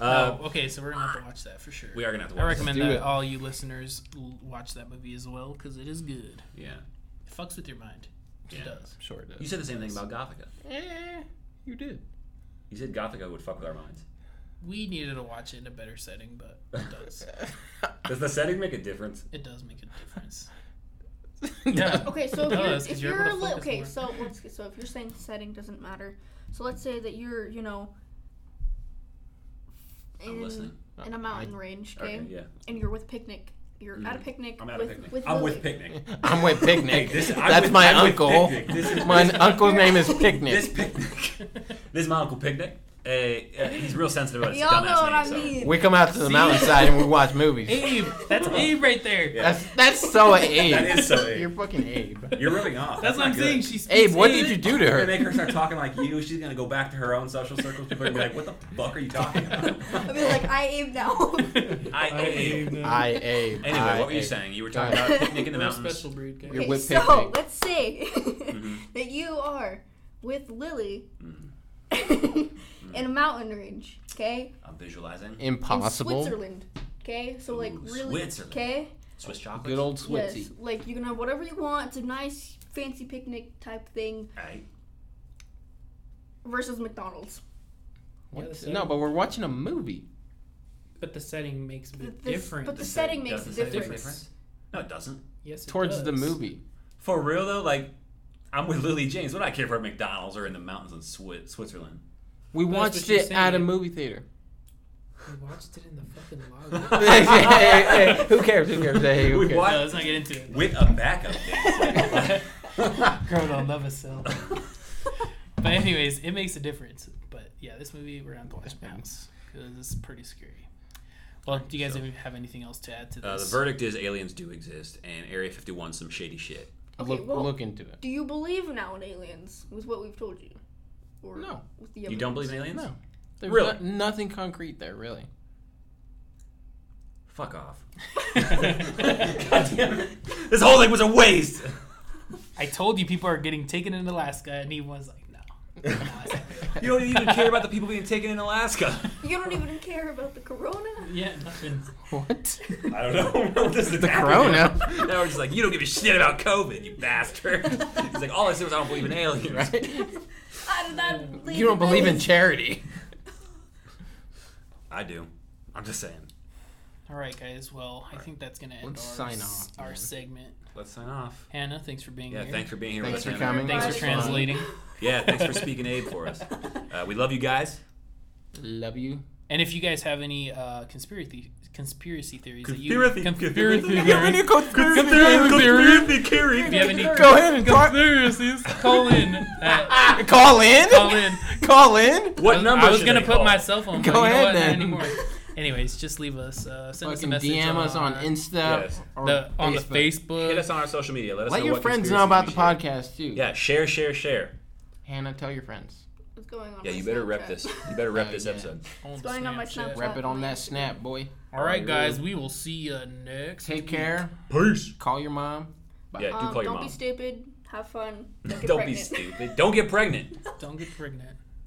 Speaker 1: Uh,
Speaker 3: No, okay, so we're gonna have to watch that for sure.
Speaker 1: we are gonna have to watch.
Speaker 3: I recommend
Speaker 2: Let's
Speaker 3: that
Speaker 2: do it.
Speaker 3: all you listeners l- watch that movie as well because it is good.
Speaker 1: This. Yeah.
Speaker 3: It fucks with your mind. It
Speaker 1: Yeah.
Speaker 3: does.
Speaker 2: Sure it
Speaker 1: You
Speaker 2: does.
Speaker 1: said the same thing about Gothica.
Speaker 2: Eh, you did.
Speaker 1: You said Gothica would fuck with our minds.
Speaker 3: We needed to watch it in a better setting, but it does.
Speaker 1: Does the setting make a difference?
Speaker 3: it does make a difference.
Speaker 2: yeah.
Speaker 4: Okay, so
Speaker 3: No,
Speaker 4: if you're,
Speaker 3: that's 'cause
Speaker 4: if
Speaker 3: you're
Speaker 4: you're,
Speaker 3: able to
Speaker 4: li-
Speaker 3: focus
Speaker 4: okay,
Speaker 3: more.
Speaker 4: so let's, so if you're saying setting doesn't matter, so let's say that you're you know
Speaker 1: I'm
Speaker 4: in
Speaker 1: listening.
Speaker 4: in a mountain range, okay,
Speaker 1: Okay, yeah. Mm-hmm.
Speaker 4: and you're with picnic, you're at a picnic,
Speaker 1: I'm out
Speaker 4: with,
Speaker 1: of picnic.
Speaker 4: with
Speaker 1: I'm
Speaker 4: Lily.
Speaker 1: with picnic.
Speaker 2: I'm with Picnic.
Speaker 1: Hey, this- I'm
Speaker 2: That's
Speaker 1: with-
Speaker 2: my
Speaker 1: I'm with
Speaker 2: uncle.
Speaker 1: Picnic. This is-
Speaker 2: my uncle's name is Picnic.
Speaker 1: This picnic. this is my uncle picnic. a, uh, he's real sensitive about his
Speaker 4: Y'all know what I
Speaker 1: dumbass name. so.
Speaker 4: mean.
Speaker 2: We come out to the
Speaker 3: See?
Speaker 2: mountainside and we watch movies.
Speaker 3: Abe, that's Abe right there.
Speaker 1: Yeah.
Speaker 2: That's that's so Abe.
Speaker 1: That is so Abe.
Speaker 2: You're fucking Abe.
Speaker 1: You're rubbing off.
Speaker 3: That's, what I'm
Speaker 1: not good.
Speaker 3: saying. She speaks
Speaker 2: Abe, what
Speaker 3: Abe.
Speaker 2: did you do to
Speaker 1: You're gonna
Speaker 2: her?
Speaker 1: make her start talking like you. She's gonna go back to her own social circles. People are gonna be like, "What the fuck are you talking about?"
Speaker 4: I mean, like I aim now.
Speaker 1: I,
Speaker 3: I
Speaker 1: anyway,
Speaker 3: Abe.
Speaker 2: I Abe. I,
Speaker 1: what were you
Speaker 2: Abe.
Speaker 1: saying? You were talking about picnic in the
Speaker 3: We're a
Speaker 1: mountains.
Speaker 3: special breed, guys.
Speaker 2: You're
Speaker 4: Okay,
Speaker 2: with
Speaker 4: so
Speaker 2: Picnic.
Speaker 4: let's say
Speaker 1: Mhm.
Speaker 4: that you are with Lily
Speaker 1: Mhm.
Speaker 4: in a mountain range, okay?
Speaker 1: I'm visualizing
Speaker 4: In
Speaker 2: Impossible.
Speaker 4: Switzerland, okay? So like
Speaker 1: Ooh,
Speaker 4: really,
Speaker 1: Switzerland.
Speaker 4: okay?
Speaker 1: Swiss chocolate.
Speaker 2: Good old
Speaker 4: Yes,
Speaker 2: Switzy.
Speaker 4: like you can have whatever you want. It's a nice fancy picnic type thing
Speaker 1: Right.
Speaker 4: versus McDonald's.
Speaker 2: What?
Speaker 3: Yes,
Speaker 2: No,
Speaker 3: sir.
Speaker 2: but we're watching a movie.
Speaker 3: But the setting makes a
Speaker 4: The-
Speaker 3: bit
Speaker 4: the-
Speaker 3: different.
Speaker 4: but The setting makes
Speaker 1: does
Speaker 4: a
Speaker 1: the setting
Speaker 4: difference.
Speaker 1: difference. No, it doesn't.
Speaker 3: yes, it
Speaker 2: Towards the
Speaker 3: does.
Speaker 2: movie.
Speaker 1: For real though, like I'm with Lily James. What do I care for McDonald's or in the mountains in Swi- Switzerland?
Speaker 2: We
Speaker 3: That's
Speaker 2: watched
Speaker 3: what you're
Speaker 2: it at a
Speaker 3: saying.
Speaker 2: movie theater.
Speaker 3: We watched it in the fucking lobby.
Speaker 2: Hey, hey, hey, who cares? Who cares? Hey, who
Speaker 1: We
Speaker 2: cares?
Speaker 1: watched-
Speaker 3: No, let's not get into it.
Speaker 1: With a backup dance.
Speaker 3: Girl, don't love herself. but anyways, it makes a difference. But yeah, this movie we're not watching mountains because it's pretty scary. Well, do you guys have- have anything else to add to
Speaker 1: uh,
Speaker 3: this?
Speaker 1: the verdict is aliens do exist, and Area 51 's some shady shit.
Speaker 4: Okay,
Speaker 2: look,
Speaker 4: well-
Speaker 2: look into it.
Speaker 4: Do you believe now in aliens? Was what we've told you? Or
Speaker 2: No.
Speaker 4: With the
Speaker 1: You don't
Speaker 4: evidence?
Speaker 1: believe in aliens?
Speaker 2: No. There's
Speaker 1: Really?
Speaker 2: no- nothing concrete there, really.
Speaker 1: Fuck off. God damn it. This whole thing was a waste.
Speaker 3: I told you people are getting taken in Alaska, and he was like, no. no it's not real."
Speaker 1: You don't even care about the people being taken in Alaska.
Speaker 4: You don't even care about the corona.
Speaker 3: yeah, nothing.
Speaker 2: What?
Speaker 1: I don't know. this is
Speaker 2: The corona.
Speaker 1: Now we're just like, you don't give a shit about COVID, you bastard. He's like, all I said was I don't believe in aliens.
Speaker 2: right?
Speaker 4: I do not believe
Speaker 2: You don't believe in
Speaker 4: aliens.
Speaker 2: charity.
Speaker 1: I do. I'm just saying.
Speaker 3: All right, guys. Well, I think that's gonna end
Speaker 2: Let's
Speaker 3: our,
Speaker 2: sign
Speaker 3: s-
Speaker 2: off,
Speaker 3: our
Speaker 2: man.
Speaker 3: segment.
Speaker 1: Let's sign off.
Speaker 3: Hannah, thanks for being
Speaker 1: Yeah,
Speaker 3: here.
Speaker 1: thanks for being here
Speaker 2: Thanks
Speaker 1: with
Speaker 2: for
Speaker 1: us.
Speaker 2: coming.
Speaker 1: Hannah.
Speaker 3: Thanks for
Speaker 4: Bye.
Speaker 3: translating.
Speaker 1: Yeah, thanks for speaking Abe for us. Uh, we love you guys.
Speaker 2: Love you.
Speaker 3: And if you guys have any uh, conspiracy conspiracy theories that
Speaker 1: Conspiracy-
Speaker 3: you
Speaker 1: conspiracy-
Speaker 3: conspiracy theories, if you have any
Speaker 2: Go ahead and talk.
Speaker 3: conspiracies, call in. at-
Speaker 2: Call in.
Speaker 3: call in.
Speaker 2: Call in.
Speaker 1: What number
Speaker 3: I was
Speaker 1: should
Speaker 3: gonna
Speaker 1: they
Speaker 3: put
Speaker 1: call?
Speaker 3: my cell phone.
Speaker 2: Go
Speaker 3: but you know
Speaker 2: ahead,
Speaker 3: what? Not
Speaker 2: then.
Speaker 3: Anymore. Anyways, just leave us. Uh, send us a
Speaker 2: Fucking
Speaker 3: message. uh,
Speaker 2: DM us on Insta
Speaker 1: Yes.
Speaker 2: or
Speaker 3: the, on
Speaker 2: Facebook.
Speaker 3: the Facebook.
Speaker 1: Hit us on our social media. Let us
Speaker 2: Let
Speaker 1: know
Speaker 2: your
Speaker 1: what
Speaker 2: friends
Speaker 1: conspiracy
Speaker 2: know about
Speaker 1: we
Speaker 2: the
Speaker 1: share.
Speaker 2: podcast too.
Speaker 1: Yeah, share, share, share.
Speaker 2: Hannah, tell your friends.
Speaker 4: What's going on?
Speaker 1: Yeah,
Speaker 4: with
Speaker 1: you better rep
Speaker 4: Snapchat?
Speaker 1: this. You better rep
Speaker 2: Oh,
Speaker 1: this
Speaker 2: yeah.
Speaker 1: episode.
Speaker 3: On the
Speaker 4: going on my
Speaker 3: Snapchat.
Speaker 4: Snapchat.
Speaker 2: Rep it on that snap, boy.
Speaker 3: All right, guys. We will see you next.
Speaker 2: Take
Speaker 3: week.
Speaker 2: care.
Speaker 1: Peace.
Speaker 2: Call your mom.
Speaker 1: Yeah, do
Speaker 4: Um,
Speaker 1: call your
Speaker 4: don't
Speaker 1: mom.
Speaker 4: be stupid. Have fun. Don't, get
Speaker 1: Don't be
Speaker 4: pregnant.
Speaker 1: stupid. Don't get pregnant.
Speaker 3: Don't get pregnant.